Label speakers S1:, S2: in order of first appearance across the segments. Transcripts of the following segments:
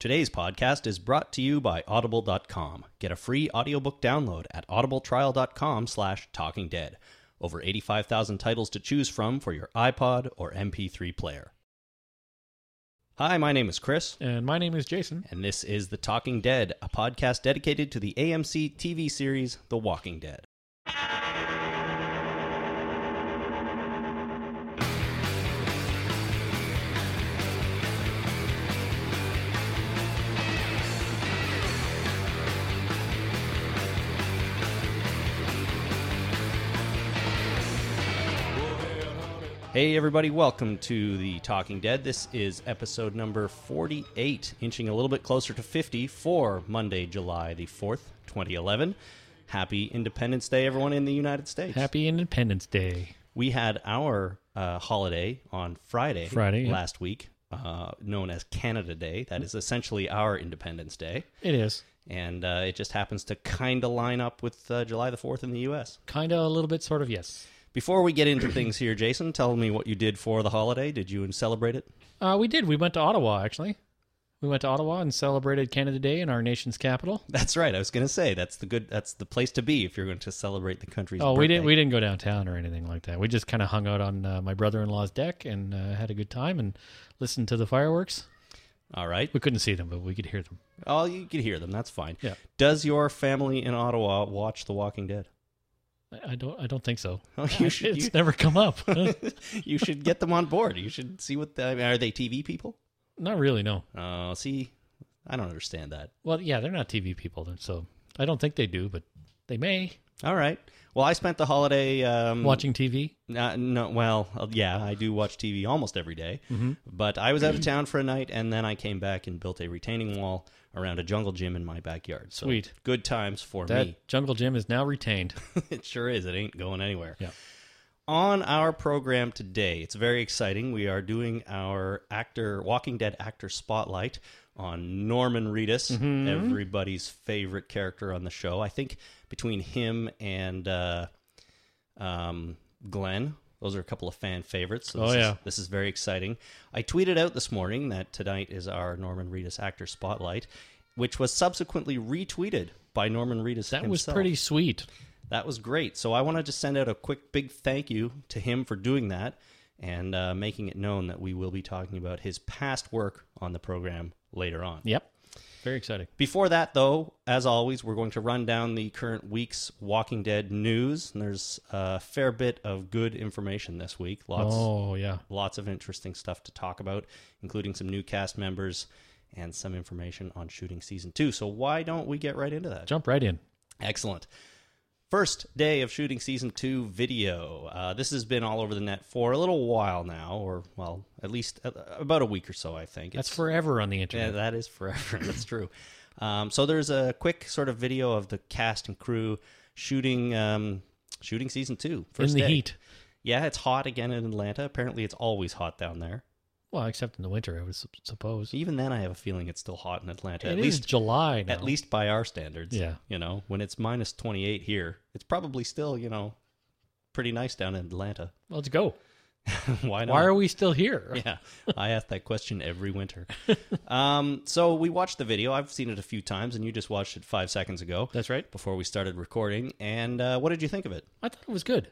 S1: Today's podcast is brought to you by audible.com. Get a free audiobook download at audibletrial.com slash talkingdead. Over 85,000 titles to choose from for your iPod or MP3 player. Hi, my name is Chris,
S2: And my name is Jason.
S1: and this is The Talking Dead, a podcast dedicated to the AMC TV series The Walking Dead. Hey, everybody, welcome to The Talking Dead. This is episode number 48, inching a little bit closer to 50 for Monday, July the 4th, 2011. Happy Independence Day, everyone in the United States.
S2: Happy Independence Day.
S1: We had our uh, holiday on Friday,
S2: Friday, yeah.
S1: last week, uh, known as Canada Day. That is essentially our Independence Day.
S2: It is
S1: And uh, it just happens to kind of line up with uh, July the 4th in the U.S.
S2: kind of a little bit, sort of, yes.
S1: Before we get into things here, Jason, tell me what you did for the holiday. Did you celebrate it?
S2: Uh, we did. We went to Ottawa, actually. We went to Ottawa and celebrated Canada Day in our nation's capital.
S1: That's right. I was going to say that's the good. That's the place to be if you're going to celebrate the country's.
S2: Oh,
S1: birthday.
S2: we didn't. We didn't go downtown or anything like that. We just kind of hung out on uh, my brother-in-law's deck and uh, had a good time and listened to the fireworks.
S1: All right.
S2: We couldn't see them, but we could hear them.
S1: Oh, you can hear them. That's fine.
S2: Yeah.
S1: Does your family in Ottawa watch The Walking Dead?
S2: I, I don't. I don't think so.
S1: Oh, you should.
S2: it's
S1: You,
S2: never come up.
S1: you should get them on board. You should see what the, I mean, are they TV people?
S2: not really. No.
S1: Oh, see, I don't understand that.
S2: Well, yeah, they're not TV people, so I don't think they do, but they may
S1: All right. Well, I spent the holiday um,
S2: watching TV.
S1: Uh, no, well, uh, yeah, I do watch TV almost every day,
S2: Mm-hmm.
S1: But I was out of town for a night, and then I came back and built a retaining wall around a jungle gym in my backyard. So
S2: Sweet.
S1: good times for
S2: That
S1: me.
S2: jungle gym is now retained.
S1: it sure is. It ain't going anywhere.
S2: Yeah.
S1: On our program today, it's very exciting. We are doing our actor Walking Dead actor spotlight on Norman Reedus,
S2: Mm-hmm.
S1: everybody's favorite character on the show. I think between him and uh, um, Glenn. Those are a couple of fan favorites. So
S2: Oh,
S1: this
S2: yeah.
S1: Is, this is very exciting. I tweeted out this morning that tonight is our Norman Reedus actor spotlight, which was subsequently retweeted by Norman Reedus
S2: That was
S1: himself.
S2: pretty sweet.
S1: That was great. So I want to just send out a quick big thank you to him for doing that and uh, making it known that we will be talking about his past work on the program later on.
S2: Yep. Very exciting.
S1: Before that, though, as always, we're going to run down the current week's Walking Dead news. And there's a fair bit of good information this week. Lots,
S2: Oh, yeah.
S1: lots of interesting stuff to talk about, including some new cast members and some information on shooting season two. So why don't we get right into that?
S2: Jump right in.
S1: Excellent. First day of shooting season two video. Uh, this has been all over the net for a little while now, or well, at least uh, about a week or so, I think.
S2: That's
S1: It's-
S2: forever on the
S1: yeah,
S2: internet.
S1: that is forever. That's true. Um, so there's a quick sort of video of the cast and crew shooting um, shooting season two.
S2: in
S1: First
S2: the
S1: day.
S2: heat.
S1: Yeah, it's hot again in Atlanta. Apparently, it's always hot down there.
S2: Well, except in the winter, I would sup- suppose.
S1: Even then, I have a feeling it's still hot in Atlanta.
S2: It
S1: at
S2: is
S1: least
S2: July now.
S1: at least by our standards.
S2: Yeah.
S1: You know, when it's minus 28 here, it's probably still, you know, pretty nice down in Atlanta.
S2: Let's go.
S1: Why not?
S2: Why are we still here?
S1: yeah, I ask that question every winter. um, so we watched the video. I've seen it a few times, and you just watched it five seconds ago
S2: That's right.
S1: before we started recording. And uh, what did you think of it?
S2: I thought it was good.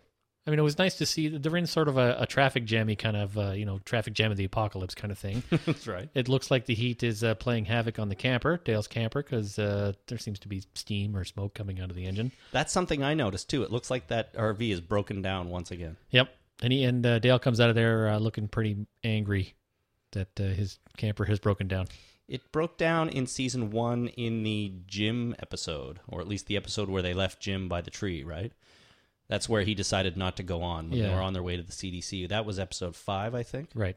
S2: I mean, it was nice to see that they're in sort of a, a traffic jammy kind of, uh, you know, traffic jam of the apocalypse kind of thing.
S1: That's right.
S2: it looks like the heat is uh, playing havoc on the camper, Dale's camper, because uh, there seems to be steam or smoke coming out of the engine.
S1: That's something I noticed too. It looks like that RV is broken down once again.
S2: Yep. And he and uh, Dale comes out of there uh, looking pretty angry that uh, his camper has broken down.
S1: It broke down in season one in the Jim episode, or at least the episode where they left Jim by the tree, right? That's where he decided not to go on when they
S2: Yeah.
S1: were on their way to the CDC. That was episode five, I think.
S2: Right.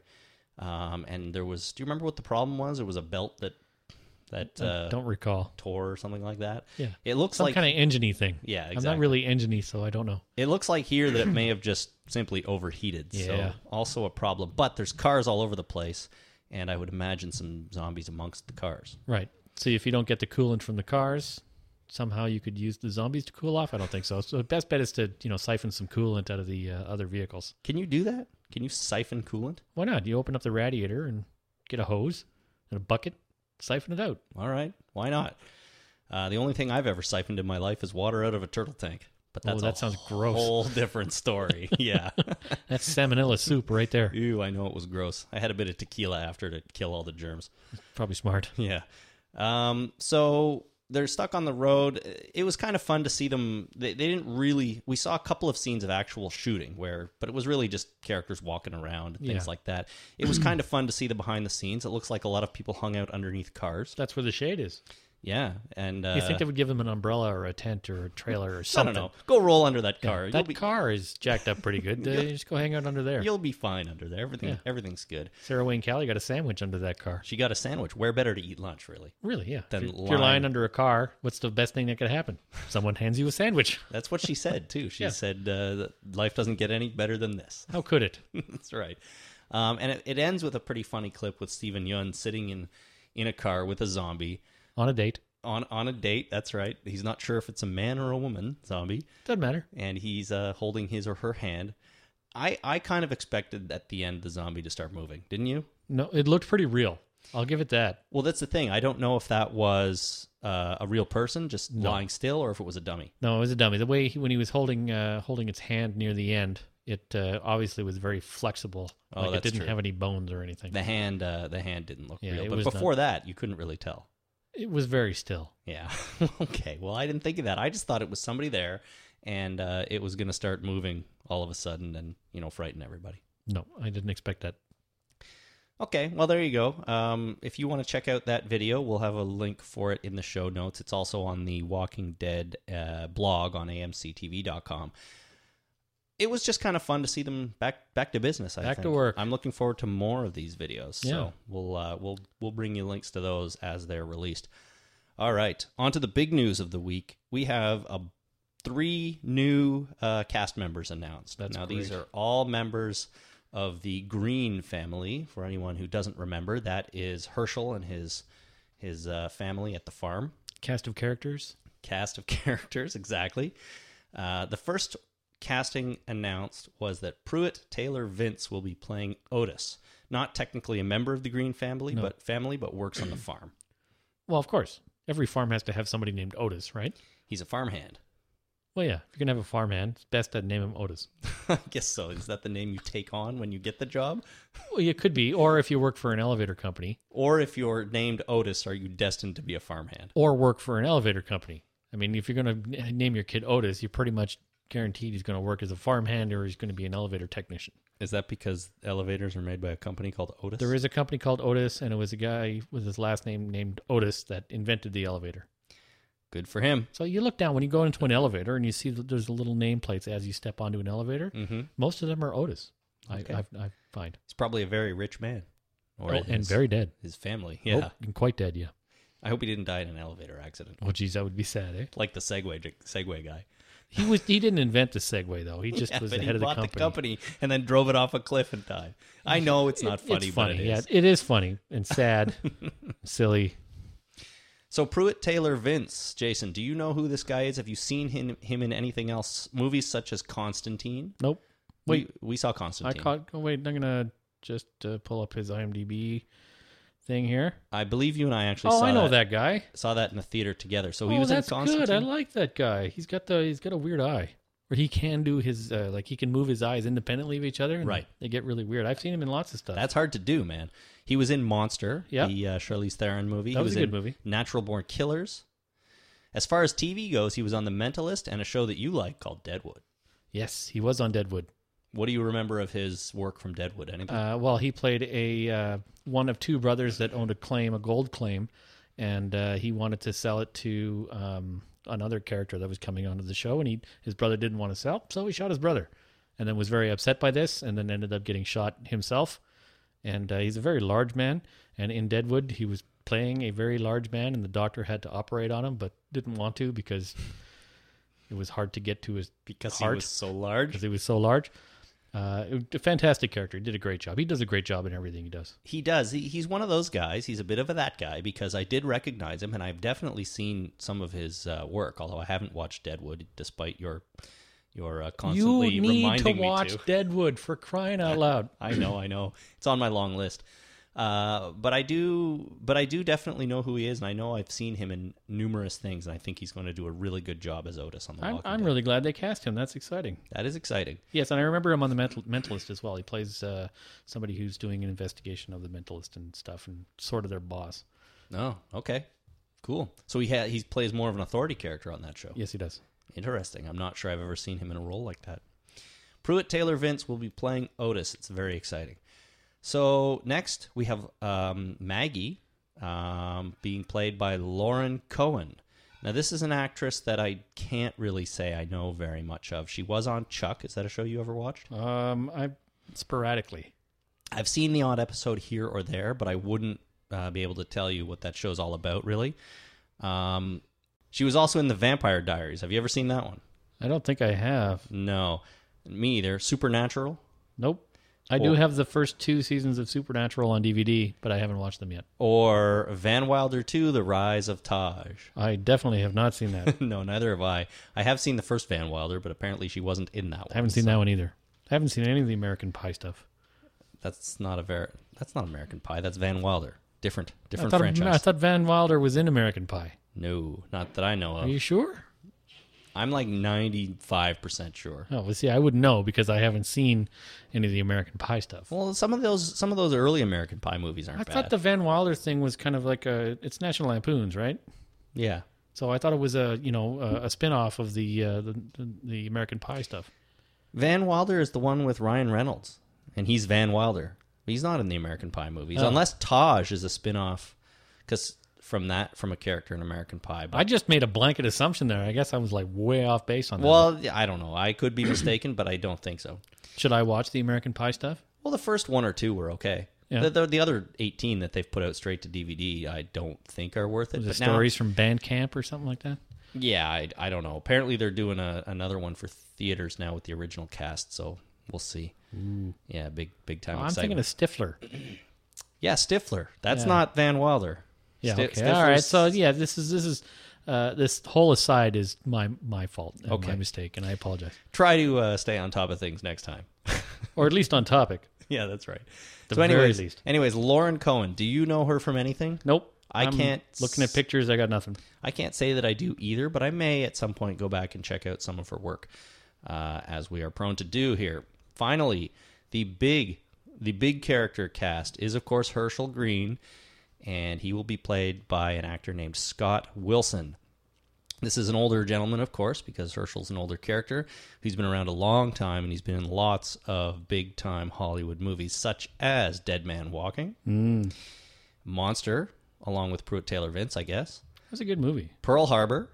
S1: Um, and there was, do you remember what the problem was? It was a belt that that uh,
S2: Don't recall.
S1: tore or something like that.
S2: Yeah.
S1: It looks
S2: Some
S1: like
S2: kind of engine thing.
S1: yeah,
S2: I'm not
S1: exactly.
S2: really engine so I don't know.
S1: It looks like here that it may have just simply overheated. So
S2: Yeah.
S1: also a problem. But there's cars all over the place, and I would imagine some zombies amongst the cars.
S2: Right. So if you don't get the coolant from the cars, somehow you could use the zombies to cool off. I don't think so. So the best bet is to, you know, siphon some coolant out of the uh, other vehicles.
S1: Can you do that? Can you siphon coolant?
S2: Why not? You open up the radiator and get a hose and a bucket, Siphon it out. Oh,
S1: All right, why not? Uh, the only thing I've ever siphoned in my life is water out of a turtle tank, but
S2: Oh,
S1: that's
S2: that
S1: a
S2: sounds gross.
S1: whole different story. yeah.
S2: That's salmonella soup right there.
S1: Ew, I know it was gross. I had a bit of tequila after to kill all the germs.
S2: Probably smart.
S1: Yeah. Um, so they're stuck on the road. It was kind of fun to see them. They, they didn't really. We saw a couple of scenes of actual shooting where, but it was really just characters walking around and things
S2: Yeah.
S1: like that. It was kind of fun to see the behind the scenes. It looks like a lot of people hung out underneath cars.
S2: That's where the shade is.
S1: Yeah, and uh,
S2: You think they would give them an umbrella or a tent or a trailer or
S1: I
S2: something?
S1: don't know. Go roll under that car. you'll
S2: That
S1: be
S2: car is jacked up pretty good. Uh, you just go hang out under there.
S1: you'll be fine under there. Everything
S2: Yeah.
S1: everything's good.
S2: Sarah Wayne Callie got a sandwich under that car.
S1: She got a sandwich. Where better to eat lunch, really?
S2: Really? Yeah.
S1: Then
S2: if, you're, if you're lying
S1: lying.
S2: under a car, what's the best thing that could happen? Someone hands you a sandwich.
S1: That's what she said too. She
S2: Yeah.
S1: said uh, that life doesn't get any better than this.
S2: How could it?
S1: That's right. Um, and it, it ends with a pretty funny clip with Steven Yeun sitting in in a car with a zombie
S2: On a date.
S1: on on a date. That's right. He's not sure if it's a man or a woman zombie,
S2: Doesn't matter.
S1: and he's uh, holding his or her hand. I I kind of expected at the end the zombie to start moving, didn't you?
S2: No, it looked pretty real. I'll give it that.
S1: Well, that's the thing. I don't know if that was uh, a real person just lying still or if it was a dummy.
S2: No, it was a dummy. The way he, when he was holding uh, holding its hand near the end, it uh, obviously was very flexible.
S1: Oh,
S2: like it
S1: that's
S2: didn't
S1: true.
S2: have any bones or anything.
S1: The hand uh, the hand didn't look
S2: Yeah, it
S1: real, but
S2: was not-
S1: before that you couldn't really tell.
S2: It was very still.
S1: Yeah. okay. Well, I didn't think of that. I just thought it was somebody there, and uh, it was going to start moving all of a sudden, and you know, frighten everybody.
S2: No, I didn't expect that.
S1: Okay. Well, there you go. Um, if you want to check out that video, we'll have a link for it in the show notes. It's also on the Walking Dead uh, blog on AMCTV.com. It was just kind of fun to see them back back to business. I
S2: Back to
S1: think.
S2: work.
S1: I'm looking forward to more of these videos.
S2: Yeah.
S1: So we'll uh, we'll we'll bring you links to those as they're released. All right, on to the big news of the week. We have a, three new uh, cast members announced.
S2: That's
S1: now, these
S2: great.
S1: are all members of the Green family. For anyone who doesn't remember, that is Herschel and his his uh, family at the farm.
S2: Cast of characters.
S1: Cast of characters, exactly. Uh, the first casting announced was that Pruitt Taylor Vince will be playing Otis. Not technically a member of the Green family,
S2: No.
S1: but family, but works on the farm.
S2: Well, of course, every farm has to have somebody named Otis, right?
S1: He's a farmhand.
S2: Well, yeah. If you're gonna have a farmhand, it's best to name him Otis.
S1: I guess so. Is that the name you take on when you get the job?
S2: Well, it could be, or if you work for an elevator company,
S1: Or if you're named Otis, are you destined to be a farmhand?
S2: or work for an elevator company. I mean, if you're going to name your kid Otis, you're pretty much guaranteed he's going to work as a farmhand or he's going to be an elevator technician.
S1: Is that because elevators are made by a company called Otis?
S2: There is a company called Otis, and it was a guy with his last name named Otis that invented the elevator.
S1: Good for him.
S2: So you look down when you go into an elevator and you see that there's little nameplates as you step onto an elevator.
S1: Mm-hmm.
S2: Most of them are Otis.
S1: Okay.
S2: I, I've, I find
S1: He's probably a very rich man. Or
S2: Oh, and
S1: his-
S2: very dead.
S1: his family. Yeah.
S2: oh, and quite dead. Yeah.
S1: I hope he didn't die in an elevator accident,
S2: Oh, geez, that would be sad. Eh?
S1: like the Segway Segway guy.
S2: He was. He didn't invent the Segway though. He just
S1: Yeah,
S2: was
S1: but
S2: the
S1: he
S2: head of the
S1: bought
S2: company.
S1: and then drove it off a cliff and died. I know it's not
S2: It-
S1: funny,
S2: It's
S1: but
S2: funny.
S1: it is.
S2: yeah, it is funny and sad, silly.
S1: So Pruitt Taylor Vince, Jason, do you know who this guy is? Have you seen him him in anything else? Movies such as Constantine.
S2: Nope.
S1: We, we saw
S2: I
S1: Constantine. I,
S2: caught. Oh wait, I'm gonna just uh, pull up his IMDb thing here.
S1: believe you and I actually
S2: Oh,
S1: saw
S2: I know that, guy.
S1: saw that in the theater together. So he
S2: oh,
S1: was in
S2: that's
S1: Constantine.
S2: good. I like that guy. He's got the. He's got a weird eye, where he can do his uh, like he can move his eyes independently of each other. and
S1: Right.
S2: They get really weird. I've seen him in lots of stuff.
S1: That's hard to do, man. He was in Monster,
S2: Yeah.
S1: the uh, Charlize Theron movie.
S2: That
S1: he
S2: was a good
S1: in
S2: movie.
S1: Natural Born Killers. As far as TV goes, he was on The Mentalist and a show that you like called Deadwood.
S2: yes, he was on Deadwood.
S1: What do you remember of his work from Deadwood? Anything?
S2: Uh, well, he played a uh, one of two brothers that owned a claim, a gold claim, and uh, he wanted to sell it to um, another character that was coming onto the show, and he his brother didn't want to sell, so he shot his brother, and then was very upset by this, and then ended up getting shot himself. And uh, he's a very large man, and in Deadwood, he was playing a very large man, and the doctor had to operate on him, but didn't want to because it was hard to get to his
S1: because he
S2: Heart.
S1: was so large.
S2: because he was so large. Uh, a fantastic character. He did a great job. He does a great job in everything he does.
S1: He does. He, he's one of those guys. He's a bit of a that guy because I did recognize him, and I've definitely seen some of his uh, work. Although I haven't watched Deadwood, despite your your uh, constantly
S2: you need to
S1: reminding me
S2: watch
S1: to.
S2: Deadwood for crying out loud.
S1: I know, I know. It's on my long list. Uh, but I do, but I do definitely know who he is, and I know I've seen him in numerous things, and I think he's going to do a really good job as Otis on the
S2: I'm,
S1: Walking
S2: I'm
S1: Dead.
S2: really glad they cast him. That's exciting.
S1: that is exciting.
S2: Yes, and I remember him on the mental, Mentalist as well. He plays uh, somebody who's doing an investigation of the Mentalist and stuff, and sort of their boss.
S1: Oh, okay, cool. So he ha- he plays more of an authority character on that show.
S2: Yes, he does.
S1: Interesting. I'm not sure I've ever seen him in a role like that. Pruitt Taylor Vince will be playing Otis. It's very exciting. So next we have um, Maggie um, being played by Lauren Cohen. Now this is an actress that I can't really say I know very much of. She was on Chuck. Is that a show you ever watched?
S2: Um, I sporadically.
S1: I've seen the odd episode here or there, but I wouldn't uh, be able to tell you what that show's all about really. Um, she was also in The Vampire Diaries. Have you ever seen that one?
S2: I don't think I have.
S1: No, me either. Supernatural
S2: Nope. I
S1: Cool.
S2: do have the first two seasons of Supernatural on DVD, but I haven't watched them yet.
S1: or Van Wilder 2 The Rise of Taj.
S2: I definitely have not seen that. I
S1: no, neither have I. I have seen the first Van Wilder, but apparently she wasn't in that one.
S2: haven't seen that one either. I haven't seen any of the American Pie stuff.
S1: That's not a ver- that's not American Pie. That's Van Wilder. Different
S2: I
S1: different
S2: thought, I
S1: franchise.
S2: thought Van Wilder was in American Pie.
S1: no, not that I know
S2: Are
S1: of.
S2: you sure?
S1: I'm like 95% sure.
S2: Oh, well, see, I wouldn't know because I haven't seen any of the American Pie stuff.
S1: Well, some of those some of those early American Pie movies aren't
S2: I
S1: bad.
S2: thought the Van Wilder thing was kind of like a it's National Lampoons, right?
S1: yeah.
S2: So I thought it was a you know a, a spin off of the, uh, the the American Pie stuff.
S1: Van Wilder is the one with Ryan Reynolds, and he's Van Wilder. He's not in the American Pie movies,
S2: Oh.
S1: unless Taj is a spin-off 'cause from that from a character in American Pie. But
S2: I just made a blanket assumption there. I guess I was like way off base on that.
S1: well, I don't know. I could be mistaken, but I don't think so.
S2: Should I watch the American Pie stuff?
S1: Well, the first one or two were okay.
S2: Yeah.
S1: The, the, the other eighteen that they've put out straight to DVD, I don't think are worth it.
S2: Was it
S1: But now-
S2: stories from Bandcamp or something like that?
S1: yeah, I, I don't know. Apparently, they're doing a, another one for theaters now with the original cast, so we'll see. Yeah, big big time.
S2: I'm
S1: excitement.
S2: thinking of Stifler.
S1: Yeah, Stifler. That's
S2: Yeah.
S1: not Van Wilder.
S2: Yeah.
S1: Sti-
S2: okay. All right.
S1: Stifler's-
S2: So yeah, this is this is uh, this whole aside is my my fault and
S1: Okay.
S2: my mistake, and I apologize.
S1: try to uh, stay on top of things next time.
S2: Or at least on topic.
S1: yeah, that's right.
S2: The
S1: so,
S2: very
S1: anyways,
S2: least.
S1: anyways, Lauren Cohen. Do you know her from anything?
S2: Nope.
S1: I
S2: I'm
S1: can't
S2: looking at
S1: s-
S2: pictures. I got nothing.
S1: I can't say that I do either, but I may at some point go back and check out some of her work, uh, as we are prone to do here. Finally, the big, the big character cast is of course Herschel Green, and he will be played by an actor named Scott Wilson. This is an older gentleman, of course, because Herschel's an older character who's been around a long time and he's been in lots of big time Hollywood movies, such as Dead Man Walking, Monster, along with Pruitt Taylor Vince, I guess,
S2: It was a good movie.
S1: Pearl Harbor,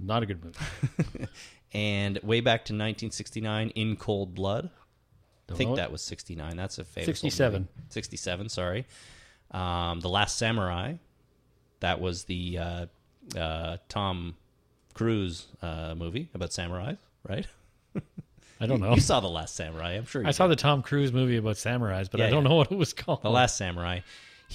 S2: Not a good movie.
S1: and way back to 1969 in Cold Blood. I
S2: Don't
S1: think
S2: know it.
S1: that was 69. That's a famous old
S2: 67.
S1: movie. 67, sorry. Um, the Last Samurai. That was the uh, uh, Tom Cruise uh, movie about samurai, right?
S2: I don't know.
S1: You saw The Last Samurai, I'm sure you
S2: Oh. I saw the Tom Cruise movie about samurais, but
S1: Yeah,
S2: I don't
S1: yeah.
S2: know what it was called.
S1: The Last Samurai.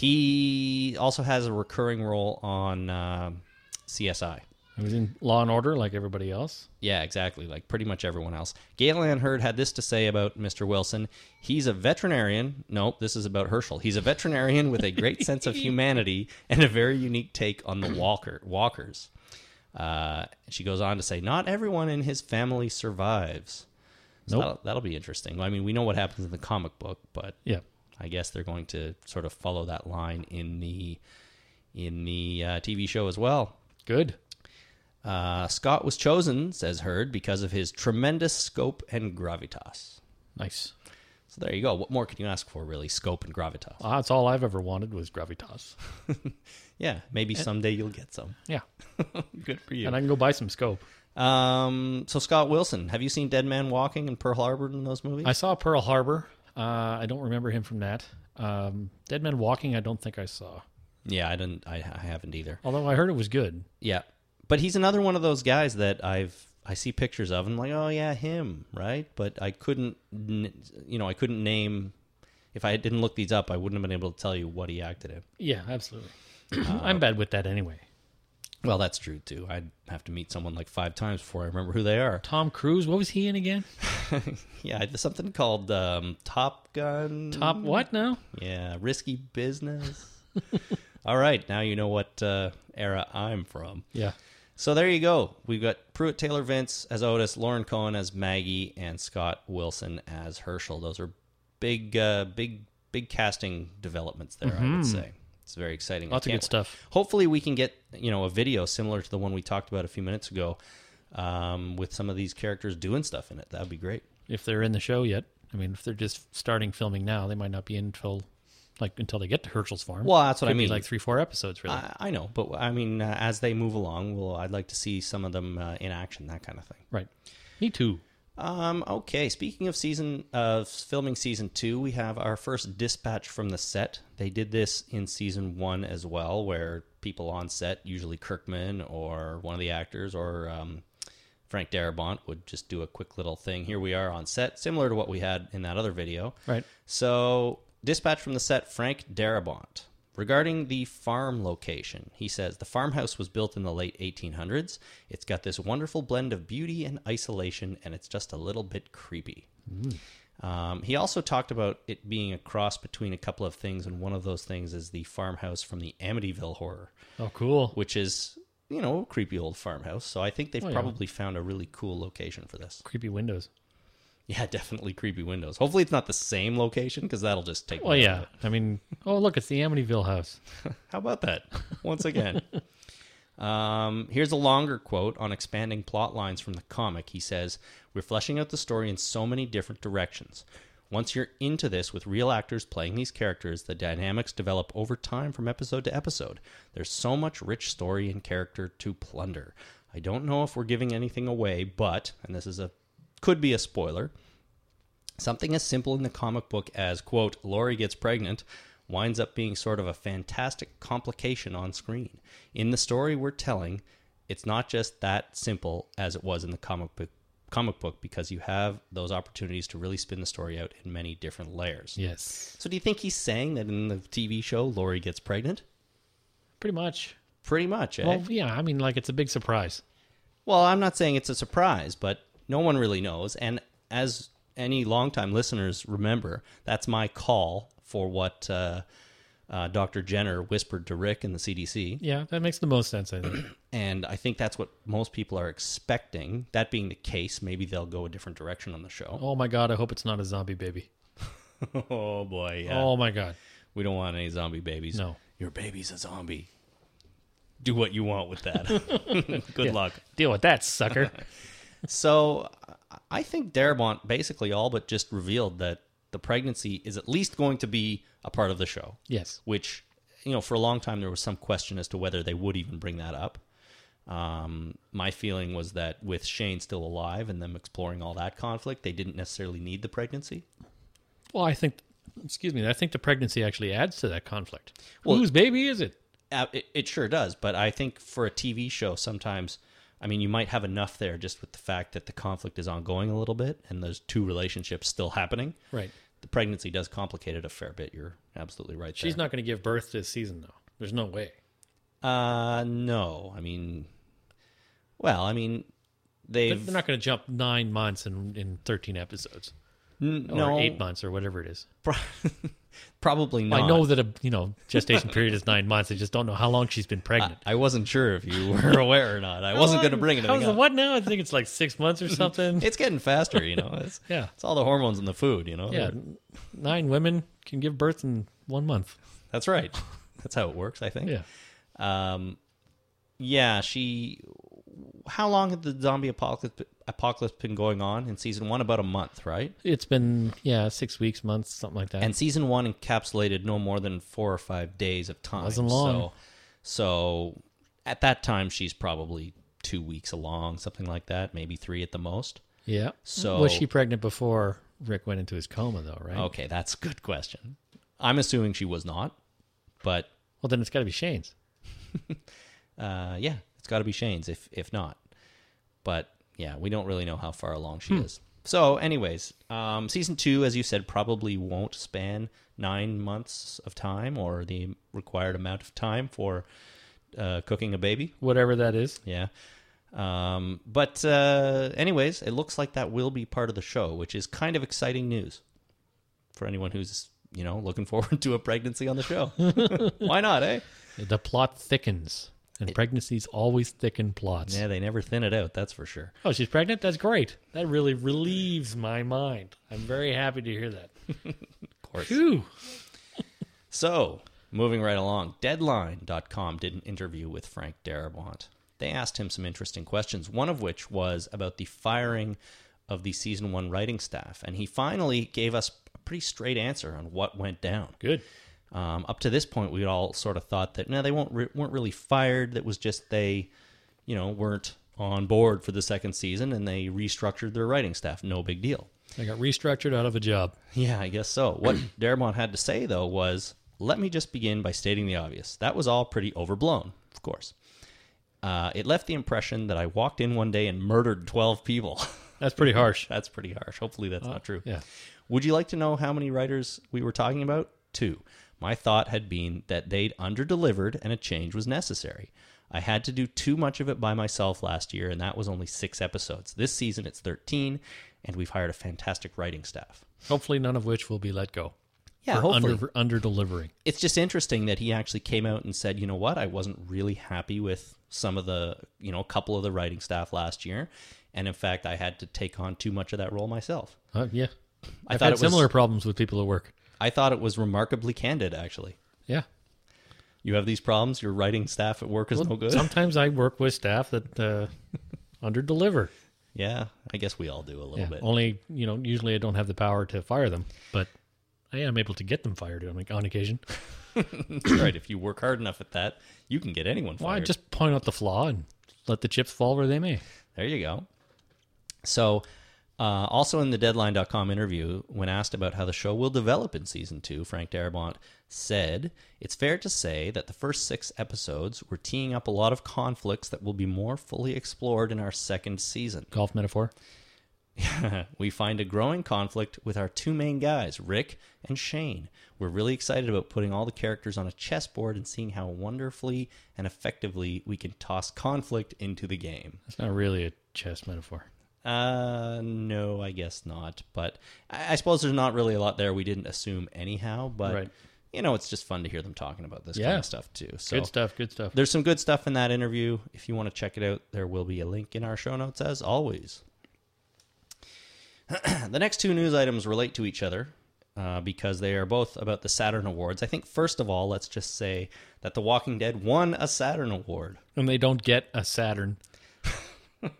S1: He also has a recurring role on um CSI.
S2: It was in Law and Order, like everybody else.
S1: Yeah, exactly. Like pretty much everyone else. Galen Hurd had this to say about Mr. Wilson. He's a veterinarian. Nope, this is about Herschel. He's a veterinarian with a great sense of humanity and a very unique take on the walker walkers. Uh, she goes on to say, not everyone in his family survives. So
S2: Nope.
S1: that'll, that'll be interesting. I mean, we know what happens in the comic book, but
S2: Yeah.
S1: I guess they're going to sort of follow that line in the in the uh, TV show as well.
S2: Good.
S1: Uh, Scott was chosen, says Heard, because of his tremendous scope and gravitas.
S2: Nice.
S1: So there you go. What more can you ask for, really? Scope and gravitas.
S2: Ah, That's all I've ever wanted was gravitas.
S1: Yeah, maybe someday you'll get some.
S2: Yeah.
S1: Good for
S2: And
S1: you.
S2: I can go buy some scope.
S1: Um, so Scott Wilson, have you seen Dead Man Walking and Pearl Harbor in those movies?
S2: I saw Pearl Harbor. Uh, I don't remember him from that. Um, Dead Men Walking, I don't think I saw.
S1: yeah, I didn't. I, I haven't either.
S2: Although I heard it was good.
S1: Yeah, but he's another one of those guys that I've I see pictures of. And I'm like, oh yeah, him, right? But I couldn't, n- you know, I couldn't name. If I didn't look these up, I wouldn't have been able to tell you what he acted in.
S2: Yeah, absolutely. I'm bad with that anyway.
S1: Well, that's true too. I'd have to meet someone like five times before I remember who they are.
S2: Tom Cruise, what was he in again?
S1: Yeah, there's something called um, Top Gun.
S2: Top what now?
S1: Yeah, risky business. All right, now you know what uh, era I'm from.
S2: Yeah.
S1: So there you go. We've got Pruitt Taylor Vince as Otis, Lauren Cohen as Maggie, and Scott Wilson as Herschel. Those are big, uh, big, big casting developments there. I would say it's very exciting. I
S2: Lots of
S1: can't-
S2: good stuff.
S1: Hopefully, we can get you know a video similar to the one we talked about a few minutes ago, um, with some of these characters doing stuff in it. That'd be great.
S2: If they're in the show yet. I mean, if they're just starting filming now, they might not be in until like until they get to Herschel's farm.
S1: Well, that's what
S2: Could
S1: I mean.
S2: Be like three, four episodes really.
S1: I, I know, but I mean, uh, as they move along, well, I'd like to see some of them uh, in action, that kind of thing.
S2: right. Me too.
S1: Um, okay, speaking of season of filming season two, we have our first dispatch from the set. They did this in season one as well, where people on set, usually Kirkman or one of the actors or um, Frank Darabont, would just do a quick little thing. Here we are on set, similar to what we had in that other video.
S2: Right.
S1: So, dispatch from the set Frank Darabont. Regarding the farm location, he says the farmhouse was built in the late 1800s. It's got this wonderful blend of beauty and isolation, and it's just a little bit creepy. Um, he also talked about it being a cross between a couple of things, and one of those things is the farmhouse from the Amityville horror,
S2: Oh, cool.
S1: which is, you know, a creepy old farmhouse. So I think they've
S2: Oh, yeah.
S1: probably found a really cool location for this.
S2: Creepy windows.
S1: Yeah, definitely creepy windows. Hopefully, it's not the same location because that'll just take. me
S2: Well,
S1: out of
S2: yeah. I mean, oh look, it's the Amityville house.
S1: How about that? Once again. um, here's a longer quote on expanding plot lines from the comic. He says, We're fleshing out the story in so many different directions. Once you're into this with real actors playing these characters, the dynamics develop over time from episode to episode. There's so much rich story and character to plunder. I don't know if we're giving anything away, but, and this is a could be a spoiler, Something as simple in the comic book as, quote, Lori gets pregnant winds up being sort of a fantastic complication on screen. In the story we're telling, it's not just that simple as it was in the comic book comic book because you have those opportunities to really spin the story out in many different layers.
S2: Yes.
S1: So do you think he's saying that in the TV show Lori gets pregnant?
S2: Pretty much.
S1: Pretty much, eh?
S2: Well, yeah. I mean, like it's a big surprise.
S1: Well, I'm not saying it's a surprise, but no one really knows. And as any longtime listeners remember, that's my call for what uh, uh, Dr. Jenner whispered to Rick in the CDC.
S2: Yeah, that makes the most sense. I think.
S1: And I think that's what most people are expecting. That being the case, maybe they'll go a different direction on the show.
S2: oh my god, I hope it's not a zombie baby.
S1: Oh, boy. Yeah.
S2: Oh my god.
S1: We don't want any zombie babies.
S2: No.
S1: Your baby's a zombie. Do what you want with that. Good luck.
S2: Deal with that, sucker.
S1: So I- I think Darabont basically all but just revealed that the pregnancy is at least going to be a part of the show,
S2: yes.
S1: which, you know, for a long time there was some question as to whether they would even bring that up. Um, my feeling was that with Shane still alive and them exploring all that conflict, they didn't necessarily need the pregnancy.
S2: Well, I think, excuse me, I think the pregnancy actually adds to that conflict.
S1: Well-
S2: Whose baby is it?
S1: Uh, it, it sure does, but I think for a TV show, sometimes, I mean, you might have enough there just with the fact that the conflict is ongoing a little bit and those two relationships still happening.
S2: Right.
S1: the pregnancy does complicate it a fair bit. You're absolutely right.
S2: She's
S1: there.
S2: not going to give birth this season, though. There's no way.
S1: Uh, no, I mean, well, I mean,
S2: They're
S1: they've
S2: they're not going to jump nine months in, in 13 episodes
S1: n-
S2: or
S1: no
S2: eight months or whatever it is.
S1: pro- probably not.
S2: I know that a you know gestation period is nine months. I just don't know how long she's been pregnant.
S1: I wasn't sure if you were aware or not. I wasn't going to bring anything
S2: How's the
S1: up.
S2: what now? I think it's like six months or something.
S1: It's getting faster, you know. It's,
S2: Yeah.
S1: it's all the hormones in the food, you know.
S2: yeah, nine women can give birth in one month.
S1: that's right. That's how it works, I think.
S2: Yeah,
S1: Um, yeah, she. How long had the zombie apocalypse apocalypse been going on in season one? About a month, right?
S2: it's been yeah six weeks, months, something like that.
S1: And season one encapsulated no more than four or five days of time.
S2: Wasn't
S1: So,
S2: long.
S1: so at that time, she's probably two weeks along, something like that, maybe three at the most.
S2: yeah,
S1: So- Oh.
S2: was she pregnant before Rick went into his coma though? Right.
S1: Okay, that's a good question. I'm assuming she was not, but
S2: Well, then it's got to be Shane's.
S1: uh, yeah, it's got to be Shane's if if not. But yeah, we don't really know how far along she is. So, anyways, um, season two, as you said, probably won't span nine months of time or the required amount of time for uh, cooking a baby.
S2: whatever that is.
S1: Yeah. Um, but uh, anyways, it looks like that will be part of the show, which is kind of exciting news for anyone who's you know looking forward to a pregnancy on the show. Why not, eh?
S2: The plot thickens, and pregnancies always thicken plots.
S1: Yeah, they never thin it out. That's for sure.
S2: Oh, she's pregnant? That's great. That really relieves my mind. I'm very happy to hear that.
S1: Of course.
S2: Phew.
S1: So, moving right along, Deadline.com did an interview with Frank Darabont. They asked him some interesting questions, one of which was about the firing of the season one writing staff. And he finally gave us a pretty straight answer on what went down.
S2: Good.
S1: Um, up to this point, we all sort of thought that no, they won't re- weren't really fired. That was just they, you know, weren't on board for the second season, and they restructured their writing staff. No big deal.
S2: I got restructured out of a job.
S1: Yeah, I guess so. What Darabont had to say, though, was let me just begin by stating the obvious. That was all pretty overblown, of course. Uh, it left the impression that I walked in one day and murdered 12 people.
S2: That's pretty harsh.
S1: that's pretty harsh. Hopefully, that's not true.
S2: Uh, Yeah.
S1: Would you like to know how many writers we were talking about? Two. My thought had been that they'd underdelivered and a change was necessary. I had to do too much of it by myself last year, and that was only six episodes. This season, it's 13, and we've hired a fantastic writing staff.
S2: Hopefully, none of which will be let go.
S1: Yeah,
S2: for
S1: hopefully.
S2: Under, under delivering.
S1: it's just interesting that he actually came out and said, you know what, I wasn't really happy with some of the, you know, a couple of the writing staff last year, and in fact, I had to take on too much of that role myself.
S2: Uh, yeah.
S1: I
S2: I've
S1: thought
S2: had
S1: it was-
S2: similar problems with people at work.
S1: I thought it was remarkably candid, actually.
S2: Yeah.
S1: You have these problems. Your writing staff at work is no Oh, good.
S2: Sometimes I work with staff that uh, under deliver.
S1: yeah, I guess we all do a little
S2: Yeah.
S1: bit.
S2: Only, you know, usually I don't have the power to fire them, but I am able to get them fired on, on occasion.
S1: right, if you work hard enough at that, you can get anyone
S2: Why
S1: fired.
S2: just point out the flaw and let the chips fall where they may?
S1: There you go. So, uh, also in the Deadline.com interview, when asked about how the show will develop in season two, Frank Darabont said, It's fair to say that the first six episodes were teeing up a lot of conflicts that will be more fully explored in our second season.
S2: Golf metaphor.
S1: we find a growing conflict with our two main guys, Rick and Shane. We're really excited about putting all the characters on a chessboard and seeing how wonderfully and effectively we can toss conflict into the game.
S2: It's not really a chess metaphor.
S1: Uh, no, I guess not. But I, I suppose there's not really a lot there we didn't assume anyhow. But
S2: Right.
S1: you know, it's just fun to hear them talking about this kind
S2: Yeah.
S1: of stuff too. So
S2: Good stuff. Good stuff.
S1: there's some good stuff in that interview. If you want to check it out, there will be a link in our show notes as always. the next two news items relate to each other. Uh, because they are both about the Saturn Awards. I think, first of all, let's just say that The Walking Dead won a Saturn Award.
S2: And they don't get a Saturn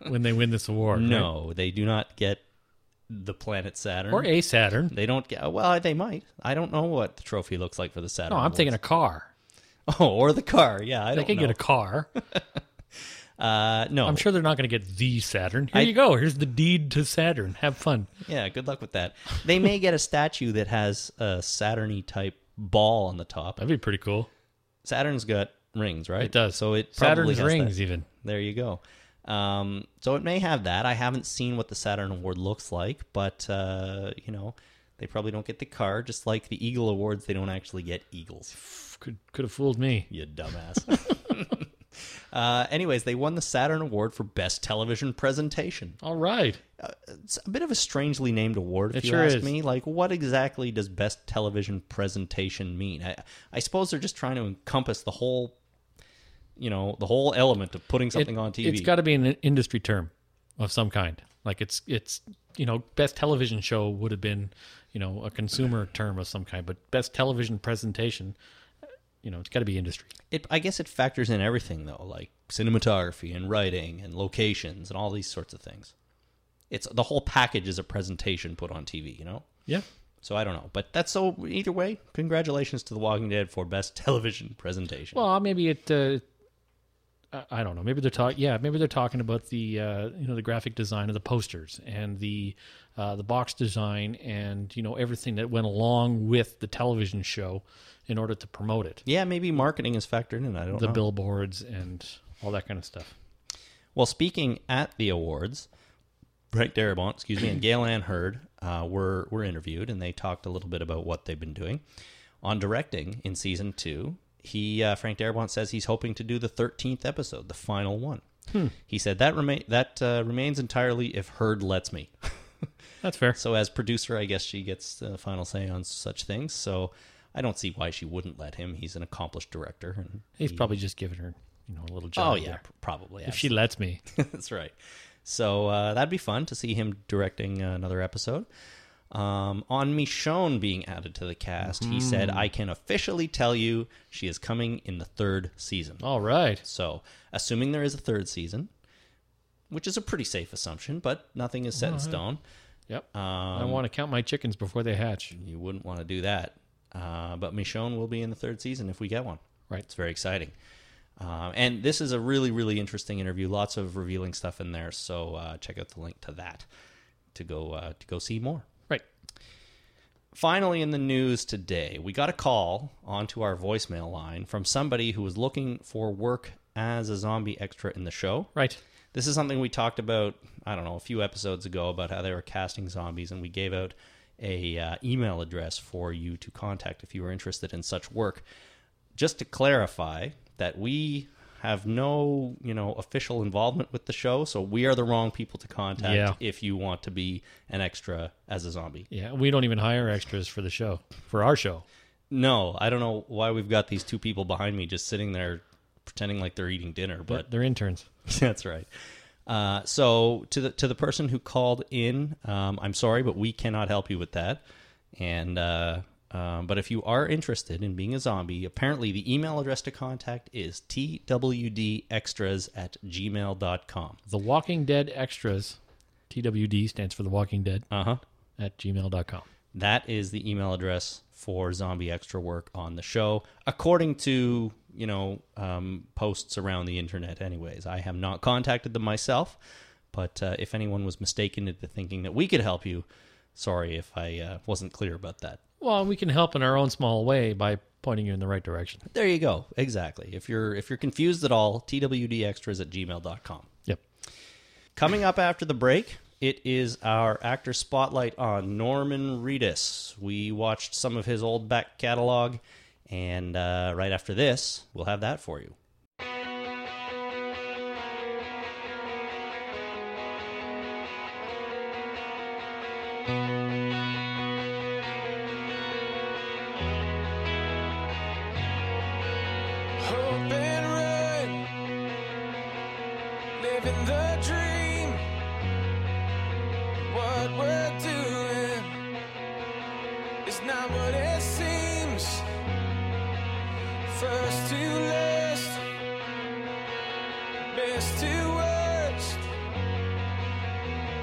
S2: when they win this award. right?
S1: No, they do not get the planet Saturn.
S2: Or a Saturn.
S1: They don't get. Well, they might. I don't know what the trophy looks like for the Saturn.
S2: No, I'm
S1: Awards.
S2: thinking a car.
S1: Oh, or the car. Yeah, I
S2: They
S1: don't
S2: can
S1: know.
S2: get a car.
S1: uh, no,
S2: I'm sure they're not going to get the Saturn. Here you go. Here's the deed to Saturn. Have fun.
S1: yeah. Good luck with that. They may get a statue that has a Saturny type ball on the top.
S2: That'd be pretty cool.
S1: Saturn's got rings, right?
S2: It does.
S1: So it probably has
S2: Saturn's
S1: that.
S2: rings, even.
S1: There you go. Um, so it may have that. I haven't seen what the Saturn Award looks like, but uh, you know, they probably don't get the car. Just like the Eagle Awards, they don't actually get eagles.
S2: Could could have fooled me.
S1: You dumbass. uh, anyways, they won the Saturn Award for Best Television Presentation.
S2: All right.
S1: It's a bit of a strangely named award, if
S2: It
S1: you
S2: sure
S1: ask
S2: is.
S1: me. Like, what exactly does Best Television Presentation mean? I, I suppose they're just trying to encompass the whole, you know, the whole element of putting something
S2: It-
S1: on TV.
S2: It's got to be an industry term of some kind. Like it's it's you know best television show would have been you know a consumer term of some kind, but best television presentation, you know, it's got to be industry.
S1: it, I guess it factors in everything though, like cinematography and writing and locations and all these sorts of things. It's the whole package is a presentation put on TV, you know.
S2: Yeah.
S1: So I don't know, but that's so. Either way, congratulations to The Walking Dead for best television presentation.
S2: Well, maybe it. Uh, I- I don't know. Maybe they're talking. Yeah, maybe they're talking about the uh, you know the graphic design of the posters and the uh, the box design and you know everything that went along with the television show in order to promote it.
S1: yeah, maybe marketing is factored in. I don't
S2: The
S1: know.
S2: billboards and all that kind of stuff.
S1: Well, speaking at the awards, Frank Darabont, excuse me, and Gail Ann Hurd uh, were were interviewed, and they talked a little bit about what they've been doing on directing in season two. He uh, Frank Darabont says he's hoping to do the thirteenth episode, the final one.
S2: Hmm.
S1: He said that remain that uh, remains entirely if Heard lets me.
S2: That's fair.
S1: So as producer, I guess she gets the final say on such things. So I don't see why she wouldn't let him. He's an accomplished director, and
S2: He's probably just giving her, you know, a little job.
S1: oh yeah,
S2: there.
S1: pr- probably.
S2: If she lets me.
S1: That's right. So uh, that'd be fun to see him directing another episode. Um, on Michonne being added to the cast, he said, I can officially tell you she is coming in the third season.
S2: All right.
S1: So, assuming there is a third season, which is a pretty safe assumption, but nothing is set in stone.
S2: Yep.
S1: Um,
S2: I want to count my chickens before they hatch.
S1: you wouldn't want to do that. Uh, but Michonne will be in the third season if we get one.
S2: Right.
S1: It's very exciting. Um, and this is a really, really interesting interview. Lots of revealing stuff in there. So uh, check out the link to that to go uh, to go see more.
S2: Right.
S1: Finally, in the news today, we got a call onto our voicemail line from somebody who was looking for work as a zombie extra in the show.
S2: Right.
S1: This is something we talked about, I don't know, a few episodes ago about how they were casting zombies, and we gave out a uh, email address for you to contact if you were interested in such work. Just to clarify that we have no, you know, official involvement with the show, so we are the wrong people to contact
S2: Yeah.
S1: if you want to be an extra as a zombie.
S2: Yeah. We don't even hire extras for the show, for our show.
S1: No, I don't know why we've got these two people behind me just sitting there pretending like they're eating dinner, but
S2: But they're interns.
S1: That's right. Uh, so to the to the person who called in, um, I'm sorry, but we cannot help you with that. And uh, um, but if you are interested in being a zombie, apparently the email address to contact is twdextras at gmail.com.
S2: The Walking Dead Extras, TWD stands for The Walking Dead,
S1: Uh huh.
S2: at gmail.com.
S1: That is the email address for zombie extra work on the show, according to you know um, posts around the internet. Anyways, I have not contacted them myself, but uh, if anyone was mistaken into thinking that we could help you, sorry if I uh, wasn't clear about that.
S2: Well, we can help in our own small way by pointing you in the right direction.
S1: There you go. Exactly. If you're if you're confused at all, twdextras at gmail.com.
S2: Yep.
S1: Coming up after the break, it is our actor spotlight on Norman Reedus. We watched some of his old back catalog, and uh, right after this, we'll have that for you.
S3: Hope and run, living the dream. What we're doing is not what it seems. First to last, best to worst,